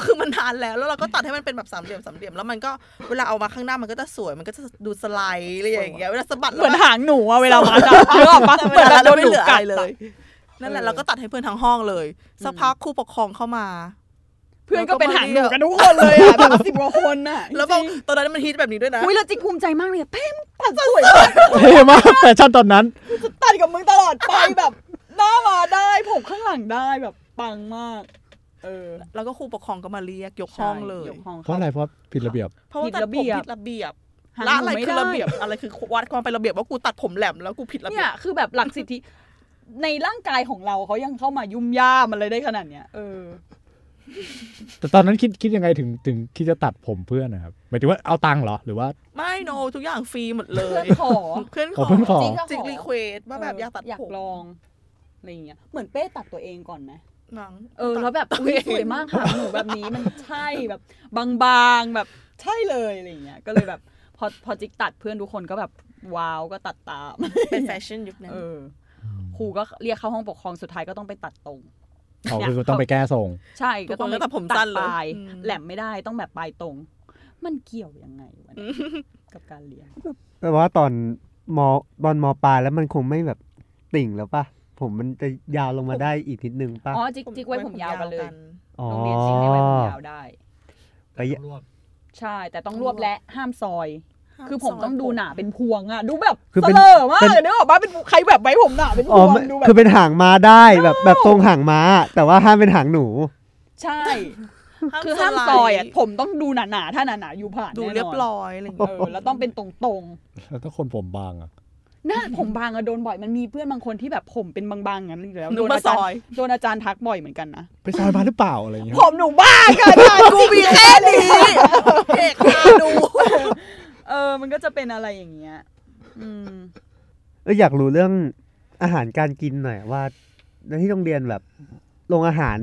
คือมันนานแล้ว แล้วเราก็ตัดให้มันเป็นแบบสามเหลี่ยมสามเหลี่ยม แล้วมันก็เวลาเอามาข้างหน้ามันก็จะสวย มันก็จะดูสไลด์อะไรอย่างเงี้ย เวลาสะบัด เห แล้ มื ว อน มัน หางหนูอะเวลามาจับเนื้อออกปะเหมือนเราโดนหนูกัด เล เลย ย นั่นแหละ เออ เราก็ตัดให้เพื่อนทั้งห้องเลย สักพักครูปกครองเข้ามา เพื่อนก็เป็นหางหนูกันทุกคนเลยอะ แบบสิบกว่าคนอะ แล้วบอกตอนนั้นมันฮิตแบบนี้ด้วยนะ อุ้ยเราจิกภูมิใจมากเลยอะเพ่มงตัดสวยมาก เท่มากแฟชั่นตอนนั้น ตัดกับมึงตลอดไปแบบหน้ามาได้ผมข้างหลังได้แบบปังมากเออ แล้วก็ครูปกครองก็มาเรียกยกห้องเลย ใช่กห้อง เพราะอะไรเพราะผิดระเบียบ เพราะว่า ผิด ตัด ระ ผม เบียบ ผิดระเบียบ หาง ละ ห อะไร นูไม่ คือ ได้ ระเบียบ อะไรคือวัดความเป็นระเบียบว่ากูตัดผมแหลมแล้วกูผิดระเบี เนี่ย ย บ คือแบบหลักสิทธิในร่างกายของเราเขายังเข้ามายุ่มย่ามอะไรได้ขนาดเนี้ยเออ แต่ตอนนั้นคิดคิดยังไงถึงถึงคิดจะตัดผมเพื่อนนะครับหมายถึงว่าเอาตังค์เหรอหรือว่า ไม่โนทุกอย่างฟรีหมดเล เพื่อย นขอ เพื่อนข อ๋ อ อเพื่อนขอ จริงเหรอ จิกรีเควสว่าแบบอยากตัด อยา ผ ก ม ลองอะไรอย่างเงี้ยเหมือนเป้ตัดตัวเองก่อนไหม หนัง เออแล้วแบบอุ๊ยสวยมากหางหนูแบบนี้มันใช่แบบบางๆแบบใช่เลยอะไรอย่างเงี้ยก็เลยแบบพอพอจิกตัดเพื่อนทุกคนก็แบบว้าวก็ตัดตาม เป็นแฟชั่นยุคนั้น เออครูก็เรียกเข้าห้องปกครองสุดท้ายก็ต้องไปตัดตรง อ๋อ เนี่ย คือต้องไปแก้ทรง ใช่ ทุ ก็ กค ต้อง น ไป ก็ตัดผมสั้นเล ป ย ลาย อืม แหลมไม่ได้ต้องแบบปลายตรง มันเกี่ยวยังไงวะเนี่ยกับการเรียน แปลว่าตอนมตอนมปลายแล้วมันคงไม่แบบติ่งแล้วป่ะ ผมมันจะยาวลงมาได้อีกนิดนึงป่ะ อ๋อจิกจิกไว้ผมยาวกันเลย อ๋อ โรงเรียนจิกให้ไว้ผมยาวได้ ไปอย่า รวบ ใช่ แต่ต้องรวบและห้ามซอย ห้า คือผม ซย ต้องดูหนาเป็นพวงอะดูแบบ คือ เส เป็น ลอมา เป็ ก น เดี๋ยวออกมาเป็นใครแบบไว้ผมหนาเป็นพ อ๋อ วง ไม่ ดูแบบ คือเป็นหางม้าได้แบบแบบตรงหางม้า แต่ว่าห้ามเป็นหางหนู ใช่ ห้าม คือห้ามซอยอะผมต้องดูหนาๆถ้าหนาๆอยู่ผ่าน ดู แน่นน เรียบร้อยอะไรอย่าง เอ เงี้ย อแล้วต้องเป็นตรง แล้วถ้าคนผมบางอ่ะ ๆหน้าผมบางอะโดนบ่อยมันมีเพื่อนบางคนที่แบบผมเป็นบางๆอย่างนั้นอยู่แล้ว หนู โดน มา อา ซ จาร อย ย์โดนอาจารย์ทักบ่อยเหมือนกันนะ ไปซอยมาหรือเปล่าอะไรอย่างเงี้ย ผมหนูบ้าค่ะอาจารย์ กูมีแค่นี้เอกพาดู เออ มันก็จะเป็นอะไรอย่างเงี้ยอืม เอออยากรู้เรื่องอาหารการกินหน่อยว่าในที่โรงเรียนแบบโรงอาหาร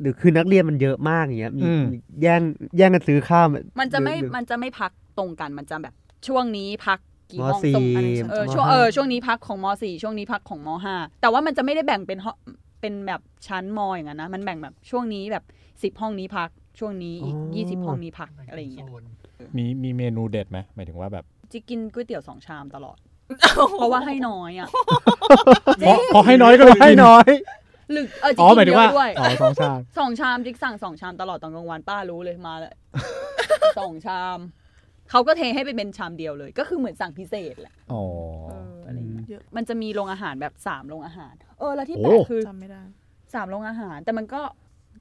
หรือคือนักเรียนมันเยอะมากอย่างเงี้ยมีมีแย่งแย่งกันซื้อข้าว มันจะไม่ หรือ มันจะไม่พักตรงกันมันจะแบบช่วงนี้พักกี่ห้อง มสี่ ตรงอันนี้เออ ม ช่วง ห้า เออช่วงนี้พักของมสี่ช่วงนี้พักของมห้าแต่ว่ามันจะไม่ได้แบ่งเป็นห้องเป็นแบบชั้นมอย่างนั้นนะมันแบ่งแบบช่วงนี้แบบสิบห้องนี้พักช่วงนี้อีกยี่สิบห้องนี้พักอะไรอย่างเงี้ย โซน มีมีเมนูเด็ดไหมหมายถึงว่าแบบ จะกินก๋วยเตี๋ยวสองชามตลอด เพราะว่าให้น้อยอ่ะ พอพอให้น้อยก็เลย ให้น้อย หรือเออจะ อ๋อห กิ มาย น ถึงเยว่า อะด้วย อ๋อสองชาม สองชามจิ๊กสั่งสองชามตลอดตอนกลางวันป้ ารู้เลยมาเลย สองชาม เขาก็เทให้ไปเป็นชามเดียวเลย ก็คือเหมือนสั่งพิเศษแหละ อ๋อ เอออะไรอย่างเงี้ย เยอะ มันจะมีโรงอาหารแบบสามโรงอาหาร เออแล้วที่ โอ้ แปลกคือ จำไม่ได้ สามโรงอาหาร แต่มันก็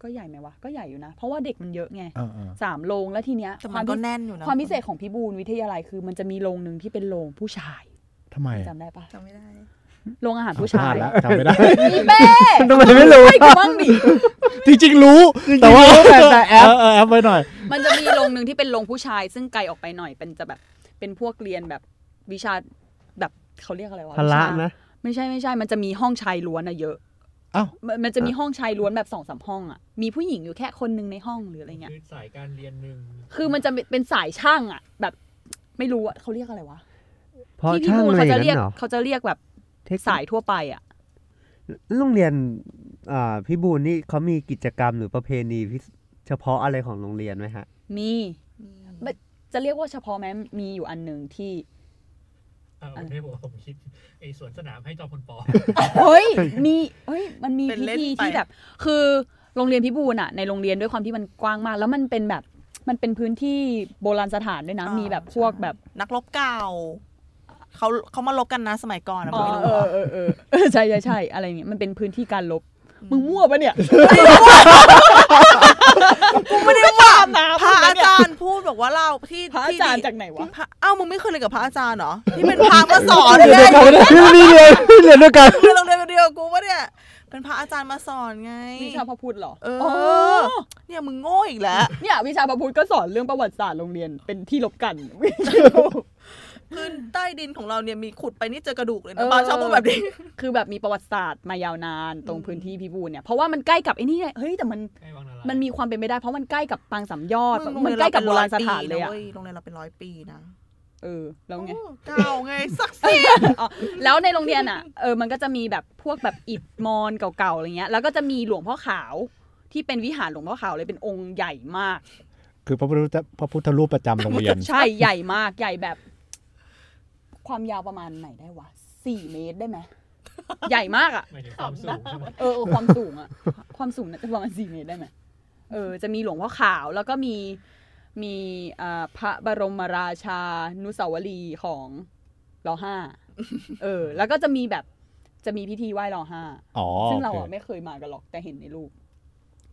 ก็ใหญ่ไหมวะก็ใหญ่อยู่นะ เพราะว่าเด็กมันเยอะไง อ่าอ่า สามโรงแล้วทีเนี้ย แต่ ค มั วาม นก็ พิ แน่นอยู่นะ ความพิเศษของพี่บูลวิทยาลัยคือ มันจะมีโรงหนึ่งที่เป็นโรงผู้ชาย ทำไมอะ จำได้ปะ จำไม่ได้ โรงอาหารพผู้ชา ลาย ด ละจำไม่ได้ อีเป้ ทำไมไม่รู้ ให้กูบ้างดิ จริงๆรู้ แต่ว่า แต่แต่แอป เเอแอปไว้หน่อย มันจะมีโรงหนึ่งที่เป็นโรงผู้ชาย ซึ่งไกลออกไปหน่อยเป็นจะแบบเป็นพวกเรียนแบบวิชาแบบเขาเรียกอะไรวะ พละ วิชา นะ ไม่ใช่ไม่ใช่ มันจะมีห้องชายล้วนอะเยอะ อ้าว มันมันจะมีห้องชายล้วนแบบสองสามห้องอะมีผู้หญิงอยู่แค่คนหนึ่งในห้องหรืออะไรเงี้ย คือสายการเรียนหนึ่ง คือมันจะเป็นสายช่างอะแบบไม่รู้อะเขาเรียกอะไรวะ เพราะ ที่ช่าพี่ง พูด อะไรอเขาจะ ย่าง เรีย นั้นกเหรอ เขาจะเรียกแบบ เทคนิค สายทั่วไปอะ โรงเรียนอ่าพี่บูนนี่เขามีกิจกรรมหรือประเพณีพิเฉพาะอะไรของโรงเรียนไหมฮะ มีจะเรียกว่าเฉพาะแม้มีอยู่อันหนึ่งที่ อ่าผมไม่บอกว่าผมคิดไอ้สวนสนามให้จอมพลปอ เฮ้ย มีเฮ้ย มันมี เป็น พิ เล่น ธี ไป ที่แบบ คือโรงเรียนพิบูลอะในโรงเรียนด้วยความที่มันกว้างมาก แล้วมันเป็นแบบ มันเป็นพื้นที่โบราณสถานด้วยนะ มีแบบพวกแบบ นักรบเก่าเขาเขามาลบกันนะสมัยก่อนอะ อ๋อ ไม่รู้ เอออะเออเออเออใช่ใช่ใช่อะไรเงี้ย มันเป็นพื้นที่การลบ มึงมั่วปะเนี่ยกูไม่ได้ว่านะ พระอาจารย์พูดบอกว่าเราที่ พระอาจารย์ ที่ จากไหนวะ พระเอ้ามึงไม่เคยเรียนกับพระอาจารย์เหรอที่เป็นพระมาสอน เรียนด้วยกันนี่นี่เรียนเรียนด้วยกัน เรียนโรงเรียนเดียวกับกูปะเนี่ยเป็นพระอาจารย์มาสอนไง วิชาพระพุทธเหรอ เออ อ เนี่ยมึงโง่อีกแล้ว เนี่ยวิชาพระพุทธก็สอนเรื่องประวัติศาสตร์โรงเรียน เป็นที่ลบ กัน พื้นใต้ดินของเราเนี่ยมีขุดไปนี่เจอกระดูกเลย เอ นะ อ ปาชอบพูด แบบนี้ คือแบบมีประวัติศาสตร์มายาวนานตรงพื้นที่พิบูลเนี่ยเพราะว่ามันใกล้กับไอ้นี่ไงเฮ้ยแต่มัน ใกล้วังนารา มันมีความเป็นไปได้เพราะมันใกล้กับปางสามยอด มึง มันใกล้กับโบราณสถานเลย โรง อะ รีนราเป็นร้อยปีนะว้โรงเรียนเราเป็นร้อยปีนะ เออแล้วไง โอ้เก่าไงสักสิ อ๋อแล้วในโรงเรียนอ่ะเออมันก็จะมีแบบพวกแบบอิฐมอนเก่าๆอะไรเงี้ยแล้วก็จะมีหลวงพ่อขาวที่เป็นวิหารหลวงพ่อขาวเลยเป็นองค์ใหญ่มาก คือพระพุทธรูปพระพุทธรูปประจำโรงเรียน ใช่ใหญ่มากใหญ่แบบ ความยาวประมาณไหนได้วะสี่เมตรได้ไหมใหญ่มากอ่ะ หมายถึงความสูงใช่ไหม เออเออความสูงอะ ความสูงน่าจะประมาณสี่เมตรได้ไหมเออ จะมีหลวงพ่อขาวแล้วก็มีมีเอ่อพระบรมราชานุสาวรีย์ของรอห้าเออ แล้วก็จะมีแบบจะมีพิธีไหว้รอห้า อ๋อ ซึ่งเรา โอ อะ เค ไม่เคยมากันหรอกแต่เห็นในรูป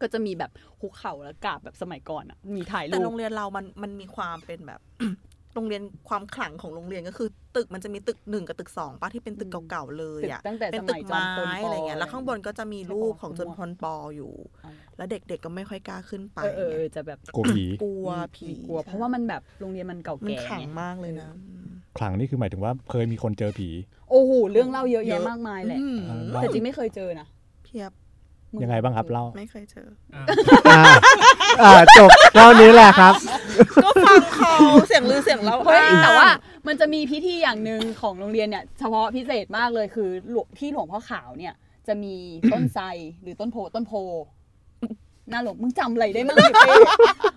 ก็จะมีแบบคุกเข่าแล้วกราบแบบสมัยก่อนอะมีถ่าย แต่ รู โร ป งเรียนเรามันมันมีความเป็นแบบ โรงเรียนความขลังของโรงเรียนก็คือ ตึกมันจะมีตึกหนึ่งกับตึกสองป้าที่เป็นตึกเก่าๆเลยอะ ตึกตั้งแต่ เป็น ส ตึ มัยจอกม ไม้ พลป อะไรเงี้ยแล้วข้างบนก็จะมีรูปของจอมพลปออยู่ อ่า แล้วเด็กๆก็ไม่ค่อยกล้าขึ้นไป เออเออจะแบบ กลัวผี กลัวผี กลัว เพราะว่ามันแบบโรงเรียนมันเก่า มัน แก่ ขลัง ไง มากเลยนะอืม ขลังนี่คือหมายถึงว่าเคยมีคนเจอผี โอ้โหเรื่องเล่าเยอะ เย แยะ อะ มากมายแหละ อืม เล่า แต่จริงไม่เคยเจอนะ เพียบ มึ ยังไงบ้างครับเล่า ไม่เคยเจอ อ่ะ อ่าอ่าจบเท่านี้แหละครับ ก็ฟังเขาเสียงลือเสียงเรา เฮ้ย อ้ง แต่ว่ามันจะมีพิธีอย่างหนึ่งของโรงเรียนเนี่ยเฉพาะพิเศษมากเลยคือหลวงที่หลวงพ่อขาวเนี่ย จะมีต้นไทรหรือต้นโพต้นโพน่าหลงมึงจำอะไรได้มั้งเนี่ยเป้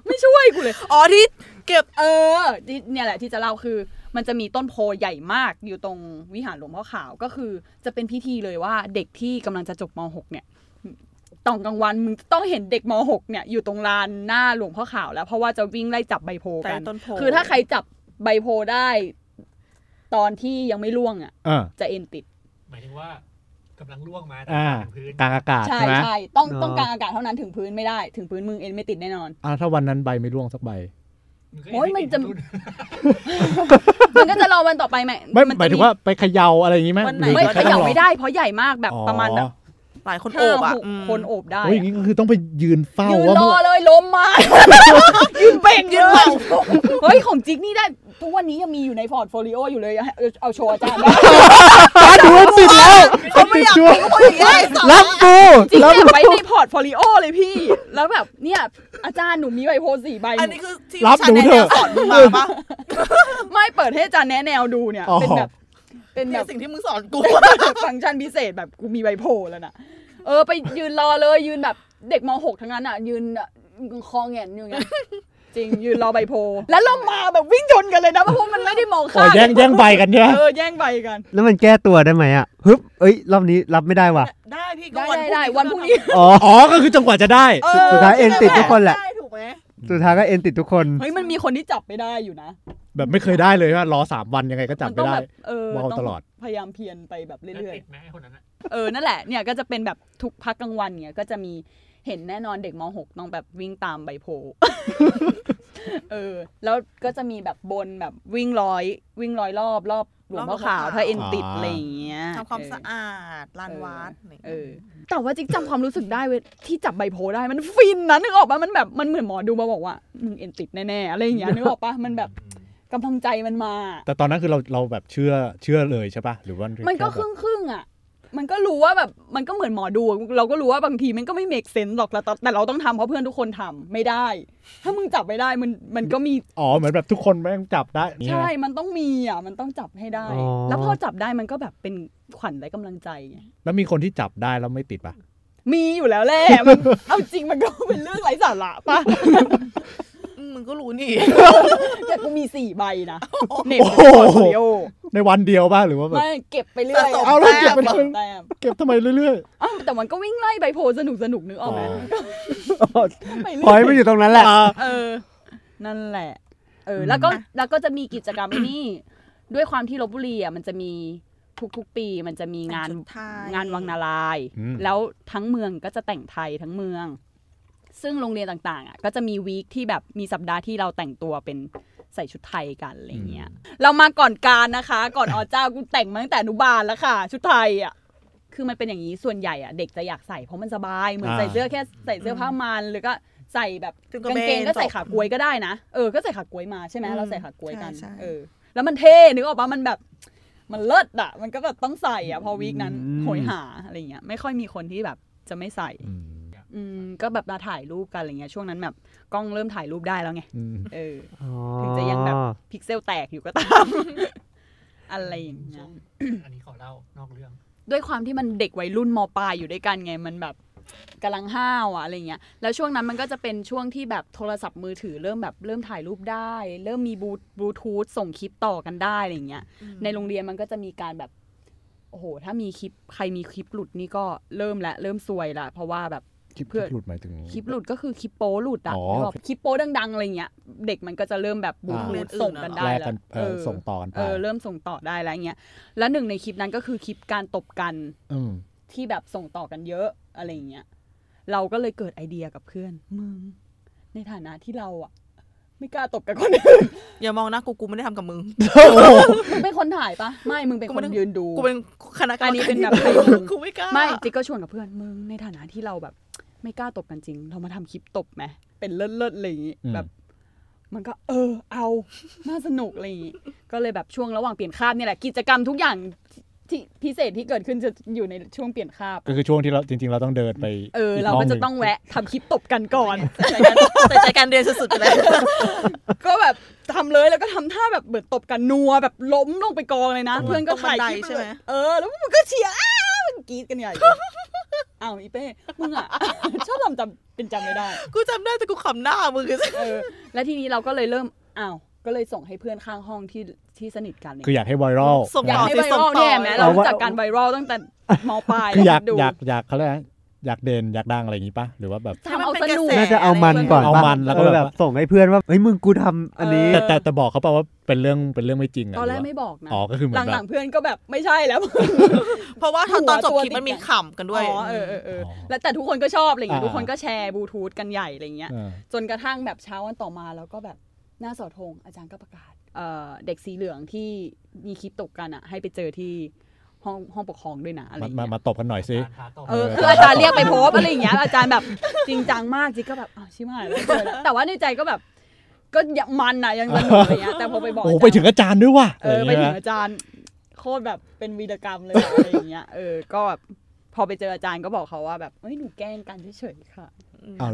ไม่ช่วยกูเลย อ๋อที่เก็บ เออที่เนี่ยแหละที่จะเล่าคือ มันจะมีต้นโพใหญ่มากอยู่ตรงวิหารหลวงพ่อขาวก็คือ จะเป็นพิธีเลยว่าเด็กที่กำลังจะจบม .6 เนี่ยตอนกลางวันมึงต้องเห็นเด็กม .6 เนี่ยอยู่ตรงลานหน้าหลวงพ่อขาวแล้วเพราะว่าจะวิ่งไล่จับใบโพกัน แต่ต้นโพ คือถ้าใครจับใบโพได้ ตอนที่ยังไม่ล่วงอ่ะ อ่า จะเอ็นติด หมายถึงว่ากำลังล่วงมาแต่ อ่า ผ่านพื้น กลางอากาศ ใช่ ใช่ไหม ใช่ต้องต้อง เนอะ กลางอากาศเท่านั้นถึงพื้นไม่ได้ถึงพื้นมึงเอ็นไม่ติดแน่นอน อ่าถ้าวันนั้นใบไม่ร่วงสักใบ งก็ โอ๊ยมันจะ ติด มันก็จะรอวันต่อไปไหม ไม่ นจะ หมายถึงว่าไปเขย่าอะไรอย่างงี้ไหม วันไหน รือ ไม่ ใครเขต้ ยั อบ งรอ ไม่ได้เพราะใหญ่มากแบบ อ๋อ ประมาณแบบ หลายคนโอ ห้า บอ่ะ หก อืม คนโอบได้ โอ้ยอย่างงี้ก็คือต้องไปยืนเฝ้า ยืน ว่ารเมื่ อ อ เลยลมมา ยืนเบ่ง ยื เล นเบ่ ย ง เฮ้ย ของจิ๊กนี่ได้ ทุกวันนี้ยังมีอยู่ในพอร์ตโฟลิโออยู่เลย เอาเอาโชว์อาจารย์ได้ อ่ะดูให้ติดแล้ว เขาไม่อยาก ช่ว เป็ ง นคนอย่างนี้สอน รับกู จิ๊ก รับ เก็บ กู ไว้ในพอร์ตโฟลิโอเลยพี่ แล้วแบบเนี่ย อาจารย์หนูมีใบโพสีใบ อันนี้คือที่ รับหฉันู น เถ แนะ อะ นำสอนมึงมาปะ ไม่เปิดให้อาจารย์แนะแนวดูเนี่ย อ๋อ เป็นแบบ เป็นแบ เนี่ย บ สิ่งที่มึงสอนกู ฟังก์ชันพิเศษแบบกูมีใบโพลแล้วนะเออไปยืนรอเลยยืนแบบเด็กมหกทั้งนั้นอ่ะ ยืนอะคอแงนอยู่ไงยจริงยืนรอใบโพลแล้วเรามาแบบวิ่งชนกันเลยนะเพราะว่ามันไม่ได้มอง อ๋อ ข้าม แย่งแย่งใบกันใช่ไหม เออแย่งใบกัน แล้วมันแก้ตัวได้ไหมอ่ะฮึบเอ้ย รอบนี้รับไม่ได้ว่ะ ได้พี่ก็ ได้ วัน ได้ได้พรุ่งนี้ วันพรุ่งนี้ อ๋อ อ๋อ ก็คือจนกว่าจะได้ เอ สุดท้ายเอ็นติดทุกคนแหละ ได้ถูกไหม สุดท้ายก็เอ็นติดทุกคน เฮ้ยมันมีคนที่จับไม่ได้อยู่นะ แบบไม่เคยได้เลยว่ารอสามวันยังไงก็จับ มั ไม่ ต้อง ได้ แบบเออ วาวตลอด พยายามเพียนไปแบบ แล้ว เรื่อย ติดไหมไอ้คนนั้นอะ ๆเออนั่นแหละเนี่ยก็จะเป็นแบบทุกพักกลางวันเนี่ยก็จะมีเห็นแน่นอนเด็กมหกต้องแบบวิ่งตามใบโพล เออแล้วก็จะมีแบบบนแบบวิ่งร้อย วิ่งร้อยรอบรอบหลวงพ่อขาวถ้าเอ็นติดอะไรอย่างเงี้ย ทำความสะ เออ อาดลานวัดะไรย่าง เอ งี้ย อ แต่ว่าจิ๊กจำความรู้สึกได้เว้ยที่จับใบโพลได้มันฟินนะนึกออกปะมันแบบมันเหมือนหมอดูมาบอกว่ามึงเอ็นติดแน่ๆอะไรอย่างเงี้ยนึกออกปะมันแบบกำลังใจมันมา แต่ตอนนั้นคือเราเราแบบเชื่อเชื่อเลยใช่ปะหรือว่ามั มันก็ครึ่งครึ่งๆอ่ะ มันก็รู้ว่าแบบ มันก็เหมือนหมอดูอะเราก็รู้ว่าบางทีมันก็ไม่เมกเซนหรอก แต่ตแต่เราต้องทำเพราะเพื่อนทุกคนทำไม่ได้ ถ้ามึงจับไม่ได้มันมันก็มี อ๋อเหมือนแบบทุกคนแม่งจับได้ ใช่ มันต้องมีอ่ะ มันต้องจับให้ได้ อ๋อ แล้วพอจับได้มันก็แบบเป็นขวัญและกำลังใจไง แล้วมีคนที่จับได้แล้วไม่ติดปะ มีอยู่แล้วแหละมันเอาจริงมันก็เป็นเรื่องไร้สาระปะ อืมมึงก็รู้นี่ แต่กูมีสี่ใบนะเน็ตเป็นพอร์ตโฟลิโอ ในวันเดียวปะหรือว่าแบบ ไม่เก็บไปเรื่อย สะสม เอาแล้วเก็บไป สะส ทำไม มแต้ม เก็บทำไมเรื่อย อ้าวแต่มันก็วิ่งไล่ใบโพลสนุกสนุกๆนึกออกไหมไปพเรื่อย ย ไม่อยู่ตรงนั้นแหละ เออ นั่นแหละ เออ แล้วก็แล้วก็จะมีกิจกรรม ไอ้นี่ ด้วยความที่ลบบุรีอ่ะมันจะมีทุกๆ ปีมันจะมีงาน แต่งชุดไทย งานวังนารายณ์ ๆอืม แล้วทั้งเมืองก็จะแต่งไทยทั้งเมือง ซึ่งโรงเรียนต่างๆ อ่ะ ก็จะมีวีคที่แบบมีสัปดาห์ที่เราแต่งตัวเป็นใส่ชุดไทยกันอะไรเงี้ย เรามาก่อนการนะคะ ก่อนอเจ้ากูแต่งมาตั้งแต่อนุบาลแล้วค่ะ ชุดไทยอ่ะ คือมันเป็นอย่างนี้ส่วนใหญ่อะเด็กจะอยากใส่เพราะมันสบายเหมือนใส่เสื้อแค่ใส่เสื้อผ้ามันหรือก็ใส่แบบ ถึงกระเบน กางเกงก็ใส่ จบ ขากลวยก็ได้นะเออก็ใส่ขากลวยมาใช่ไหม อืม เราใส่ขากลวยกัน ใช่ใช่ เออ แล้วมันเท่นึกออกปะมันแบบ มันเลิศอะมันก็แบบต้องใส่อะพอวีคนั้น อืม โหยหาอะไรเงี้ยไม่ค่อยมีคนที่แบบจะไม่ใส่ อืม อืมก็แบบมาถ่ายรูปกันอะไรเงี้ยช่วงนั้นแบบกล้องเริ่มถ่ายรูปได้แล้วไง อืม เออ อ๋อ ถึงจะยังแบบ พิกเซลแตกอยู่ก็ตาม อะไรอย่างเงี้ย อันนี้ขอเล่านอกเรื่อง ด้วยความที่มันเด็กวัยรุ่นมปลายอยู่ด้วยกันไงมันแบบกำลังห้าวอะอะไรเงี้ยแล้วช่วงนั้นมันก็จะเป็นช่วงที่แบบโทรศัพท์มือถือเริ่มแบบเริ่มถ่ายรูปได้ เริ่มมีบลูบลูทูธส่งคลิปต่อกันได้อะไรเงี้ยในโรงเรียนมันก็จะมีการแบบโอ้โหถ้ามีคลิปใครมีคลิปหลุดนี่ก็เริ่มละเริ่มซวยละเพราะว่าแบบ คลิป เพื่อ คลิปหลุดหมายถึง คลิปหลุดก็คือคลิปโป้หลุดอะ อ๋อ นึกออกคลิปโป้ดังๆอะไรเงี้ยเด็กมันก็จะเริ่มแบบบลู อ่า ทูธส่งกันได้ แลก แล้ กั วน เออ เออ ส่งต่อกันไป เออเริ่มส่งต่อได้แล้วเงี้ยแล้วหนึ่งในคลิปนั้นก็คือคลิปการตบกัน อืม ที่แบบส่งต่อกันเยอะอะไรอย่างเงี้ย เราก็เลยเกิดไอเดียกับเพื่อน มึง ในฐานะที่เราอะ ไม่กล้าตบกับคนอื่น อย่ามองหนะกูกูไม่ได้ทำกับมึง มึงเป็นคนถ่ายปะไม่ มึงเป็น กู ค ไม่ น ได้ ยืนดู กูเป็นคณะกรรม อันนี้ การ เป็นแบบ กูไม่กล้า ไม่จิ๊กก็ชวนกับเพื่อน มึงในฐานะที่เราแบบ ไม่กล้าตบกันจริง เรามาทำคลิปตบไหมเป็นเลิศๆอะไรอย่างงี้ อืม แบบ มันก็เออ เอาน่าสนุกอะไรอย่างงี้ก็เลยแบบช่วงระหว่างเปลี่ยนคาบเนี่ยแหละกิจกรรมทุกอย่างที่พิเศษที่เกิดขึ้นจะอยู่ในช่วงเปลี่ยนคาบ ก็คือช่วงที่เราจริง ๆ เราต้องเดินไป เออ ก เรา ห้ ก็จะ หนึ่ ต้องแวะทำคลิปตบกันก่อน ใส่ใจการใส่ใจการเรียนสุดๆไปเลย ก็แบบทำเลยแล้วก็ทำท่าแบบเหมือนตบกันนัวแบบล้มลงไปกองเลยนะ เพื่อนก็ถ่ายคลิปเลยเออ แล้วมันก็เชียร์อ้าวมันกรีดกันใหญ่เลยอ้าวอีเป้มึงอ่ะ ชอบจำจำเป็นจำไม่ได้ กูจำได้แต่กูขำหน้ามึงคือ เออ แล้วทีนี้เราก็เลยเริ่มอ้าวก็เลยส่งให้เพื่อนข้างห้องที่ที่สนิทกันเนี่ย คืออยากให้ไวรัล ส่ง อยากให้ไวรัลเนี่ยเห็นไหมเรารู้จักการไวรัลตั้งแต่มปลาย คืออยาก ดู อยากอยากเขาเรียกอะไรนะอยากเด่นอยากดังอะไรอย่างงี้ปะหรือว่าแบบ ทำเอาสนุก ให้มัเป็กระแส น่าจะเอามันก่อน เอา ปะ มันแล้วก็ เออ แบบ แบบส่งให้เพื่อนว่าเฮ้ยมึงกูทำอันนี้ แต่แต่แต่บอกเขาเปล่าว่าเป็นเรื่องเป็นเรื่องไม่จริงอะ ตอนแรก ห ไม่ ว่า บอกนะ อ๋อก็คือเหมื ห อนแบบลังๆเพื่อนก็แบบไม่ใช่แล้ว เพราะว่า หัว ตอนจบ ตัว คลิป ติด มันมี กัน ขำกันด้วย อ๋อเออเออเออ อ๋อ แล้วแต่ทุกคนก็ชอบอะไรอย่างเงี้ย อ่า ทุกคนก็แชร์บลูทูธกันใหญ่อะไรอย่างเงี้ย เออ จนกระทั่งแบบเช้าวันต่อมาแล้วก็แบบหน้าเสอธงอาจารย์ก็ประกาศเอ่อเด็กสีเหลืองที่มีคลิปตกกันอ่ะ ให้ไปเจอที่ห้องห้องปกครองด้วยนะอะไรอ มา ย่าง มา เงี้ย มาตบกันหน่อยสิ การท้าต่อ เออคืออาจารย์เรียกไปพบอะไรอย่างเงี้ยอาจารย์แบบจริงจังมากจิ๊กก็แบบอ้าวชิบหายแล้วเจอแล้วแต่ว่าในใจก็แบบก็ยังมันอ่ะยังสนุกอะไรเงี้ยแต่พอไปบอก โอ้โหไปถึงอาจารย์ด้วยว่ะ เออไปถึงอาจารย์โคตรแบบเป็นวีรกรรมเลยอะอะไรอย่างเงี้ยเออก็แบบพอไปเจออาจารย์ก็บอกเขาว่าแบบเฮ้ยหนูแกล้งกันเฉยๆค่ะ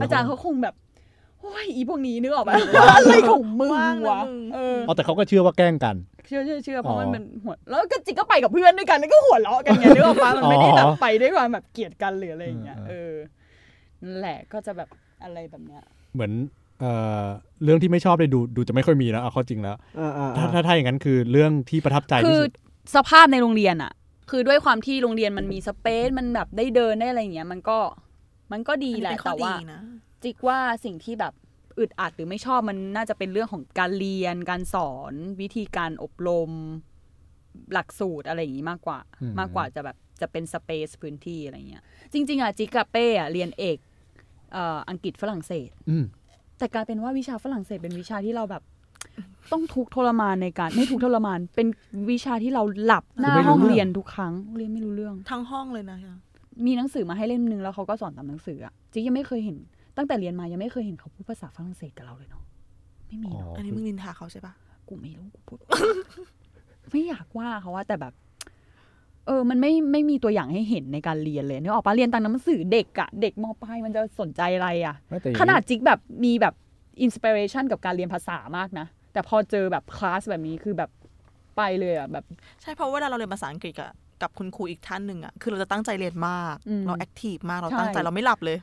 อาจารย์เขาคงแบบโอ้ยอีพวกนี้นึกออกไหมอะไรของมึง ว่างนะ วะ มึง เออ เอาแต่เขาก็เชื่อว่าแกล้งกัน เชื่อเชื่อเชื่อเพ อ๋ ราะ อ มันเป็นหัวแล้วก็จริงก็ไปกับเพื่อนด้วยกันแล้วก็หัวเราะกันไงนึกออกปะมันไม่ได้แบ อ๋ บ อ ไปด้วยความแบบเกลียดกันหรืออะไรอย่างเงี้ย อืม เออนั่นแหละก็จะแบบอะไรแบบเนี้ย เหมือนเอ่อเรื่องที่ไม่ชอบเลยดูดูจะไม่ค่อยมีแล้วเอาเข้อจริงแล้ว ถ้าถ้าถ้าอย่างนั้นคือเรื่องที่ประทับใจ คื ที่ อ สุด สภาพในโรงเรียนอะคือด้วยความที่โรงเรียนมันมีสเปซมันแบบได้เดินได้อะไรอย่างเงี้ยมันก็มันก็ดี ดี แห แห ละ ละ แต่ แต่ ว่า ว่า จิกว่าสิ่งที่แบบอึดอัดหรือไม่ชอบมันน่าจะเป็นเรื่องของการเรียน การสอน วิธีการอบรม หลักสูตรอะไรอย่างนี้มากกว่า มากกว่าจะแบบจะเป็นสเปซพื้นที่อะไรเงี้ย จริง ๆอ่ะจิกกับเป้อะเรียนเอกเอ่ออังกฤษฝรั่งเศส อืม แต่กลายเป็นว่าวิชาฝรั่งเศสเป็นวิชาที่เราแบบ ต้องทุกข์ทรมานในการไม่ทุกข์ทรมาน เป็นวิชาที่เราหลับหน้าห้องเรียนทุกครั้งเรียนไม่รู้เรื่อง ทั้งห้องเลยนะ มีหนังสือมาให้เล่มนึงแล้วเขาก็สอนตามหนังสืออะจิ๊กยังไม่เคยเห็น ตั้งแต่เรียนมายังไม่เคยเห็นเขาพูดภาษาฝรั่งเศสกับเราเลยเนาะไม่มี อ๋อ เนาะ อันนี้มึงนินทาเขาใช่ปะ กูไม่รู้กูพูด ไม่อยากว่าเขาว่าแต่แบบ เออ มันไม่ไม่มีตัวอย่างให้เห็นในการเรียนเลยนึกออกปะเรียนตามหนังสือเด็กอะเด็กมปลายมันจะสนใจอะไรอะ ไม่แต่อย่ง ขนาดจิ๊กแบบมีแบบอินสปิเรชันกับการเรียนภาษามากนะแต่พอเจอแบบคลาสแบบนี้คือแบบไปเลยอะแบบ ใช่เพราะเวลาเราเรียนภาษาอังกฤษอะกับคุณครูอีกท่านหนึ่งอะคือเราจะตั้งใจเรียนมาก อืม เราแอคทีฟมากเรา ใช่ ตั้งใจเราไม่หลับเลย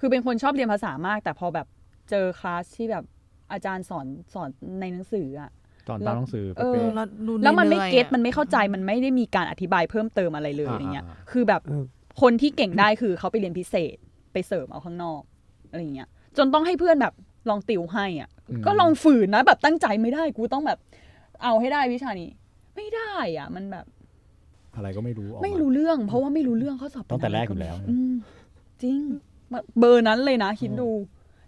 คือเป็นคนชอบเรียนภาษามาก แต่พอแบบเจอคลาสที่แบบอาจารย์สอนสอนในหนังสืออะ ตอนตามหนังสือ เออ เป๊ะ เราดู แล้วมันไม่ หอยๆอะ เก็ตมันไม่เข้าใจมันไม่ได้มีการอธิบายเพิ่มเติมอะไรเลย อ่า อย่างเงี้ย อ่า คือแบบ เออ คนที่เก่งได้คือเขาไปเรียนพิเศษไปเสริมเอาข้างนอกอะไรอย่างเงี้ย จนต้องให้เพื่อนแบบลองติวให้อ่ะ ม ก็ลองฝืนนะ แบบตั้งใจไม่ได้กูต้องแบบ เอาให้ได้วิชานี้ ไม่ได้อ่ะ มันแบบ อะไรก็ไม่รู้ออกา ไม่รู้เรื่อง เพราะว่าไม่รู้เรื่องข้อสอบเป็น ตั้งแต่แรกอยู่ ะไไม่ แล้ว อืมจริงเบอร์นั้นเลยนะคิดดู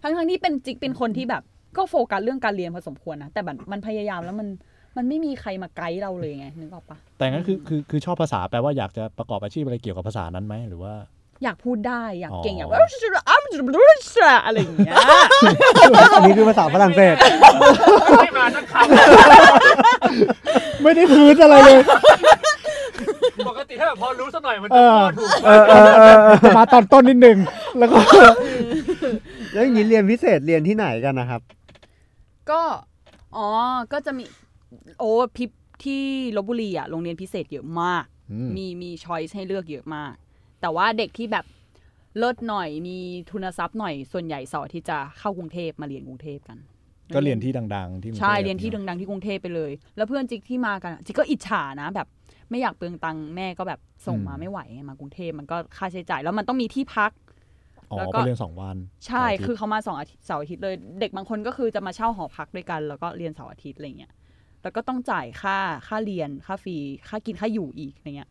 ทั้งๆที่เป็นจิกเป็นคนที่แบบ ก็โฟกัสเรื่องการเรียนพอสมควรนะแต่แบบมันพยายามแล้วมันมันไม่มีใครมาไกด์เราเลยไงนึกออกปะ แต่งั้นคือคือคือชอบภาษาแปลว่าอยากจะประกอบอาชีพอะไรเกี่ยวกับภาษานั้นไหมหรือว่า อยากพูดได้อยากเก่ง อ๋อ อ อ ยากแบบอ้ำอะไรอย่างเงี้ย อันนี้คือภาษาฝรั่งเศส ไม่มาสักค ไม่ได้พื้นอะไรเลย ำปกติถ้าแบบพอรู้สักหน่อยมันจะพูดถูก เออเออเออเออมาตอนต้นนิดนึง แล้วก็ แล้วอย่างนี้เรียนพิเศษเรียนที่ไหนกันนะครับ ก็อ๋อก็จะมีโอ้พิบที่ลบบุรีอ่ะโรงเรียนพิเศษเยอะมาก อืม มีมีช้อยส์ให้เลือกเยอะมาก แต่ว่าเด็กที่แบบเลิศหน่อยมีทุนทรัพย์หน่อยส่วนใหญ่เสาร์อาที่จะเข้ากรุงเทพมาเรียนกรุงเทพกัน ก็เรียนที่ดัง ๆ ที่กงทพ ใช่เรียนที่ดังๆที่กรุงเทพไปเลย แล้วเพื่อนจิกที่มากันอะจิกก็อิจฉานะแบบ ไม่อยากเปลืองตังค์แม่ก็แบบส่งมาไม่ไหวไงมากรุงเทพมันก็ค่าใช้จ่ายแล้วมันต้องมีที่พัก อ๋อ แล้วก็ ไปเรียนสองวัน ใช่ สงาทิตย์ คือเขามาสองอาทิตย์เสาร์อาทิตย์เลย เด็กบางคนก็คือจะมาเช่าหอพักด้วยกัน แล้วก็เรียนเสาร์อาทิตย์อะไรเงี้ย แล้วก็ต้องจ่ายค่าค่าเรียนค่าฟรีค่ากินค่าอยู่อีกอะไรเงี้ย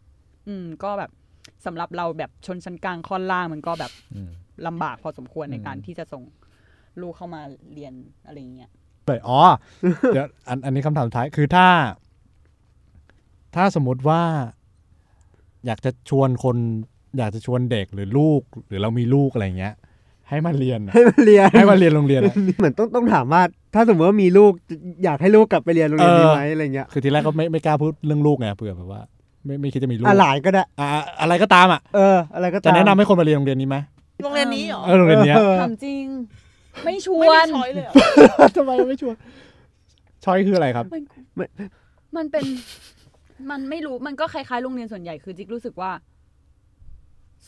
อืมก็แบบสำหรับเราแบบชนชั้นกลางค่อนล่างมันก็แบบ ม ลำบากพอสมควรในการ อืม ที่จะส่งลูกเข้ามาเรียนอะไรเงี้ย เลยอ๋อ เดี๋ ยวอันอันนี้คำถามสุดท้ายคือถ้า ถ้าสมมติว่า อยากจะชวนคน อยากจะชวนเด็กหรือลูก หรือเรามีลูกอะไรเงี้ย ให้มาเรียนอะ ให้มันเรียน ให้มาเรียนโรงเรียนอะ เหมือนต้องต้องถามว่า ถ้าสมมติว่ามีลูกอยากให้ลูกกลับไปเรียนโรงเรียน เออ ดีไหมอะไรเงี้ย คือทีแรกก็ไม่ไม่กล้าพูดเรื่องลูกไงเผื่อแบบว่า ไม่ไม่คิดจะมีลูก อ่ะหลานก็ได้ อ่ะอะไรก็ตามอ่ะ เออ อะไรก็ตาม จะแนะนำให้คนมาเรียนโรงเรียนนี้ไหม โรงเรียนนี้เหรอ เออโรงเรียนเนี้ย ออ ถามจริง ไม่ช ไม่ ว มี น ช้อยเลยเหรอ ทำไมไม่ชวนชอยคืออะไรครับ มันเป็น มันไม่รู้ มันก็คล้ายๆโรงเรียนส่วนใหญ่คือจิกรู้สึกว่า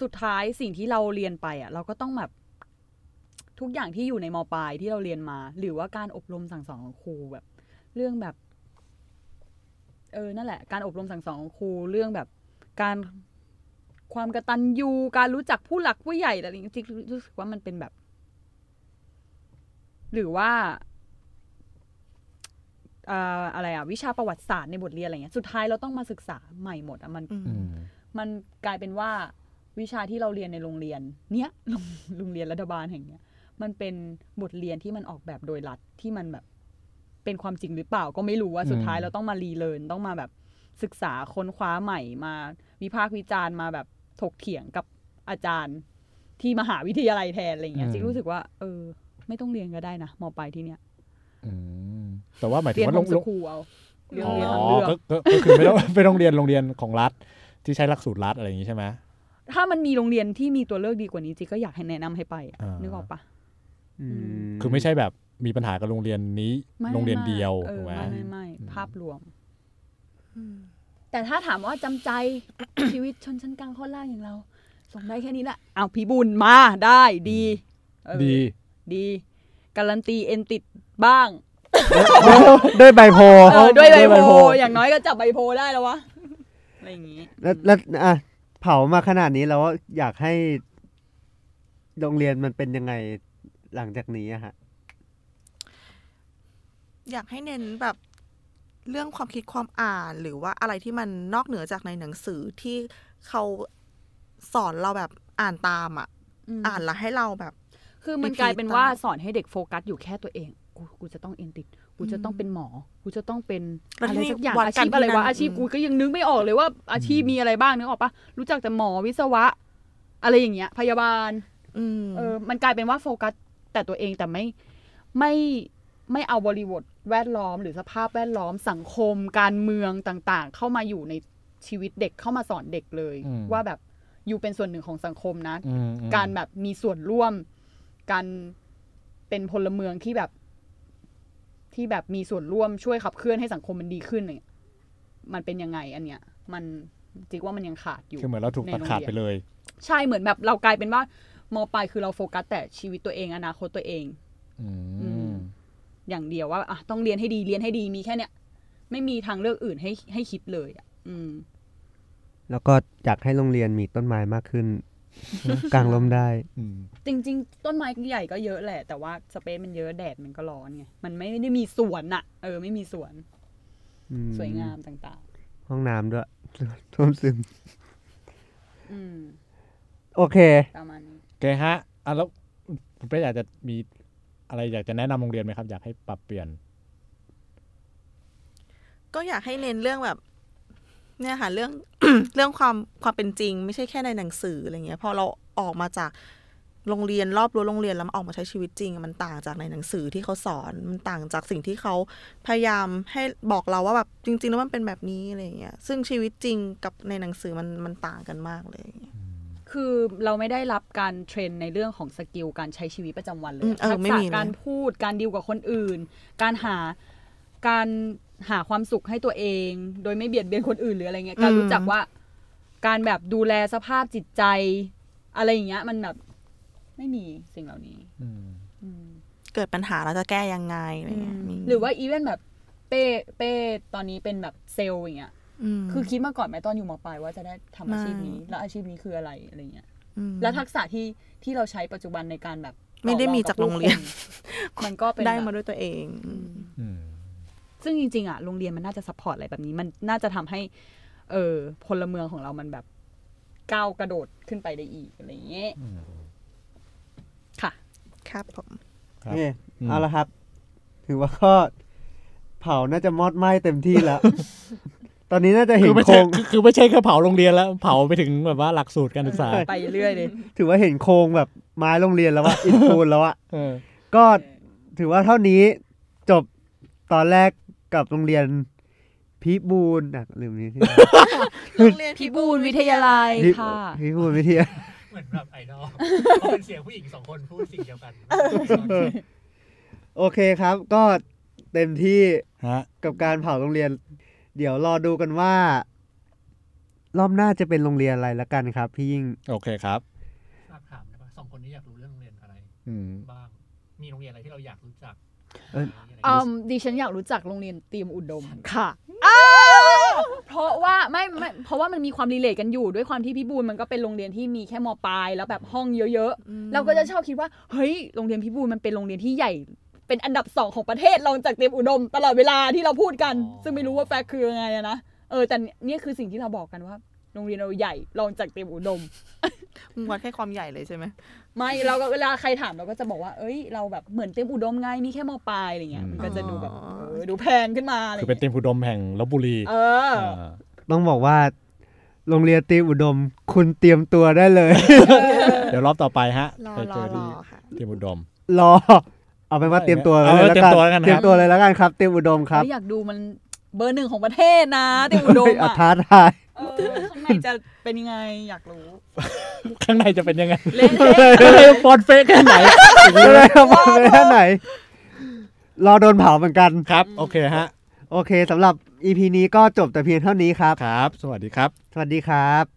สุดท้ายสิ่งที่เราเรียนไปอ่ะ เราก็ต้องแบบ ทุกอย่างที่อยู่ในมปลายที่เราเรียนมา หรือว่าการอบรมสั่งสอนของครูแบบ เรื่องแบบ เออนั่นแหละ การอบรมสั่งสอนของครูเรื่องแบบ การความกระตันยูการรู้จักผู้หลักผู้ใหญ่อะไรอย่างเงี้ยจิกรู้สึกว่ามันเป็นแบบ หรือว่า เอ่ออะไรอะวิชาประวัติศาสตร์ในบทเรียนอะไรเงี้ยสุดท้ายเราต้องมาศึกษาใหม่หมดอะมัน อืม อืม มันกลายเป็นว่าวิชาที่เราเรียนในโรงเรียน เนี้ย โรงโรงเรียนรัฐบาลแห่งเนี้ยมันเป็นบทเรียนที่มันออกแบบโดยรัฐที่มันแบบ เป็นความจริงหรือเปล่าก็ไม่รู้ว่าสุดท้ายเราต้องมารีเลิร์นต้องมาแบบศึกษาค้นคว้าใหม่มาวิพากษ์วิจารณ์มาแบบถกเถียงกับอาจารย์ที่มหาวิทยาลัยแทนอะไรเงี้ย อืม จิงรู้สึกว่า เออ ไม่ต้องเรียนก็ได้นะมปลายที่เนี้ย อืมแต่ว่าหมายถึ เรี ง ยน ว่า ข โรโรอง งสุ ง ขูเอาเรียน อ๋อ เรียนทางเลือก ก็ก็ก็คือไม่ต้อง ไปโรงเรียนโรงเรียนของรัฐที่ใช้หลักสูตรรัฐอะไรอย่างนี้ใช่ไหม ถ้ามันมีโรงเรียนที่มีตัวเลือกดีกว่านี้จิก็อยากให้แนะนำให้ไปอะ อ่านึ นึกออกปะ อืม คือไม่ใช่แบบมีปัญหากับโรงเรียนนี้ ไม่ โรงเรียนเดียว เออ ถูกไหม ไม่ไม่ไม่ภาพรวม แต่ถ้าถามว่าจำ ใจ ชีวิตชนชั้นกลางข้อล่างอย่างเรา ส่งได้แค่นี้แหละอ้าวพี่บุญมาได้ดีเออ ดี ดี การันตีเอนติดบ้าง ด้วยใบโพล เออด้วยใบ ด้วยใบ โพล โพล อย่างน้อยก็จับใบโพลได้แล้ววะอะไรอย่างงี้ แล้วแล้วอ่ะเผามาขนาดนี้แล้วอยากให้โรงเรียนมันเป็นยังไงหลังจากนี้อะฮะ อยากให้เน้นแบบเรื่องความคิดความอ่านหรือว่าอะไรที่มันนอกเหนือจากในหนังสือที่เขาสอนเราแบบอ่านตามอ่ะ อืม อ่านแล้วให้เราแบบ คือมันกลายเป็นว่าสอนให้เด็กโฟกัสอยู่แค่ตัวเองกูกูจะต้องเอนติดกูจะต้องเป็นหมอ กูจะต้องเป็น แล้ว อะ ที่ ไร นี่ สักอย่าง วัด อา กัน ชีพอะไร ที่นั่ วะ น อาชีพ อืม กูก็ยังนึกไม่ออกเลยว่าอาชีพมีอะไรบ้างนึกออกปะรู้จักแต่หมอวิศวะ อะไรอย่างเงี้ย พยาบาล อืม เออ มันกลายเป็นว่าโฟกัสแต่ตัวเองแต่ไม่ไม่ไม่เอาบริบทแวดล้อม หรือสภาพแวดล้อมสังคม การเมืองต่างๆ เข้ามาอยู่ในชีวิตเด็กเข้ามาสอนเด็กเลย อืม ว่าแบบอยู่เป็นส่วนหนึ่งของสังคมนะ อืมอืม การแบบมีส่วนร่วม การเป็นพลเมืองที่แบบ ที่แบบมีส่วนร่วมช่วยขับเคลื่อนให้สังคมมันดีขึ้นอะไรเนี่ยมันเป็นยังไงอันเนี้ย มันจิกว่ามันยังขาดอยู่ คือเหมือนเราถูกตัดขาดไปเลย ใช่เหมือนแบบเรากลายเป็นว่ามปลายคือเราโฟกัสแต่ชีวิตตัวเองอนาคตตัวเอง อื อื ม ม อย่างเดียวว่าอ่ะต้องเรียนให้ดีเรียนให้ดีมีแค่เนี้ยไม่มีทางเลือกอื่นให้ให้คิดเลยอ่ะอืม แล้วก็อยากให้โรงเรียนมีต้นไม้มาก ขึ้น กลางลมได้ อืม จริง ๆ ต้นไม้ใหญ่ก็เยอะแหละ แต่ว่าสเปซมันเยอะแดดมันก็ร้อนไงมันไม่ได้มีสวนอะเออไม่มีสวน อืม สวยงามต่าง ห้องน้ำด้วย ท่วมซึม ๆ อืม โอเค ประมาณนี้ โอเคฮะอ่ะแล้วคุณเป้อยากจะมีอะไรอยากจะแนะนำโรงเรียนไหมครับ อยากให้ปรับเปลี่ยน ก็อยากให้เน้นเรื่องแบบ เนี่ยค่ะเรื่อง เรื่องความความเป็นจริง ไม่ใช่แค่ในหนังสืออะไรเงี้ยพอเราออกมาจากโรงเรียนรอบรั้วโรงเรียนแล้วมาออกมาใช้ชีวิตจริง มันต่างจากในหนังสือที่เขาสอนมันต่างจากสิ่งที่เขาพยายามให้บอกเราว่าแบบจริง ๆ แล้วมันเป็นแบบนี้อะไรเงี้ยซึ่งชีวิตจริงกับในหนังสือมันมันต่างกันมากเลย คือเราไม่ได้รับการเทรนในเรื่องของสกิลการใช้ชีวิตประจำวันเลย อืมเออ ทั ไม่ ษะ มีเลย การพูดการดีลกับคนอื่น การหาการหาความสุขให้ตัวเอง โดยไม่เบียดเบียนคนอื่นหรืออะไรเงี้ยการรู้จักว่า การแบบดูแลสภาพจิตใจ อะไรอย่างเงี้ย มันแบบไม่มีสิ่งเหล่านี้ อืม อืม เกิดปัญหาเราจะแก้ยังไงอะไรเงี้ยมี หรือว่าอีเวนแบบเป้เป้ตอนนี้เป็นแบบเซลล์อย่างเงี้ย ม คือคิดมาก่อนไหมตอนอยู่มปลายว่าจะได้ทำอาชีพนี้ ไม่ แล้วอาชีพนี้คืออะไรอะไรเงี้ย อืม แล้วทักษะที่ที่เราใช้ปัจจุบันในการแบบ ไม่ได้มีจากโรงเรียน มันก็เป็น ได้มา แบบ ด้วยตัวเองอืม อืม ซึ่งจริงๆอ่ะโรงเรียนมันน่าจะซัพพอร์ตอะไรแบบนี้ มันน่าจะทำให้ เออพลเมืองของเรามันแบบก้าวกระโดดขึ้นไปได้อีกอะไรเงี้ย อืม ค่ะ ครับผม ครับ โอเค อืม เอาละครับ ถือว่าก็เผาน่าจะมอดไหม้เต็มที่ แล้ว ตอนนี้น่าจะเห็ คื น อไม่ โค ใช่ รง คือคือไม่ใช่แค่เผาโรงเรียนแล้ว เผาไปถึงแบบว่าหลักสูตรการศึกษา ไปเรื่อยเลย ถือว่าเห็นโครงแบบไม้โรงเรียนแล้วว่า อินปูนแล้วอะ เออ ก็ถือว่าเท่านี้จบตอนแรกกับโรงเรียนพิบูลนะลืมนี้ที่ โรงเรียน พิบูลวิทยาลัย พิ ค่ะ พิบูลวิทยา เหมือนแบบไอดอลเพราะเป็นเสียงผู้หญิงสองคนพูดสิ่งเดียวกัน โอเคครับ ก็เต็มที่ ฮะ กับการเผาโรงเรียน เดี๋ยวรอดูกันว่า รอบหน้าจะเป็นโรงเรียนอะไรละกันครับ พี่ยิ่ง โอเคครับ อยากถามได้ปะสองคนนี้อยากรู้เรื่องโรงเรียนอะไร อืม บ้าง มีโรงเรียนอะไรที่เราอยากรู้จักมีอะไร อื ที่ มดิฉันอยากรู้จักโรงเรียนเตรียมอุดมค่ะ เพราะว่าไม่ไม่เพราะว่ามันมีความรีเลทกันอยู่ด้วยความที่พี่บูลมันก็เป็นโรงเรียนที่มีแค่มปลายแล้วแบบห้องเยอะๆเราก็จะชอบคิดว่าเฮ้ยโรงเรียนพี่บูลมันเป็นโรงเรียนที่ใหญ่เป็นอันดับสองของประเทศรองจากเตรียมอุดม ตลอดเวลาที่เราพูดกัน ซึ่งไม่รู้ว่าแฟกต์คือยังไงอะนะเออแต่เนี่ยคือสิ่งที่เราบอกกันว่า โรงเรียนเราใหญ่รองจากเตรียมอุดม มึงวัดแค่ความใหญ่เลยใช่ไหม ไม่ เราก็เวลาใครถามเราก็จะบอกว่า เอ้ย เราแบบเหมือนเตรียมอุดมไงมีแค่มปลายอะไรเงี้ย อืม มันก็จะดูแบบเออดูแพงขึ้นมาอะไร คือเป็นเตรียมเงี้ยอุดมแห่งลบบุรี เออ า ต้องบอกว่า โรงเรียนเตรียมอุดม คุณเตรียมตัวได้เลย เดี๋ยวรอบต่อไปฮะ รอ ไป ร เจ อ อ ร ที่ อค่ะ เตรียมอุดม รอ เอาเป็นว่าเตรียมตัว เออ เลยแล้วกัน เตรียมตัวเตรียมตัวเลแล้วกันครับยแล้วกันครับ เตรียมอุดมครับ แล้วอยากดูมันเบอร์หนึ่งของประเทศนะเตรียมอุดม เฮ้ยอ่ะ อ่ะ ท้าทาย เออข้างในจะเป็นยังไงอยากรู้ ข้างในจะเป็นยังไง เล่น ฟอนเฟกแค่ไหน อะไรครับผมเลยท่านไหน รอโดนเผาเหมือนกัน ครับ โอเคฮะ โอเคสำหรับ EP นี้ก็จบแต่เพียงเท่านี้ครับ ครับ สวัสดีครับ สวัสดีครับ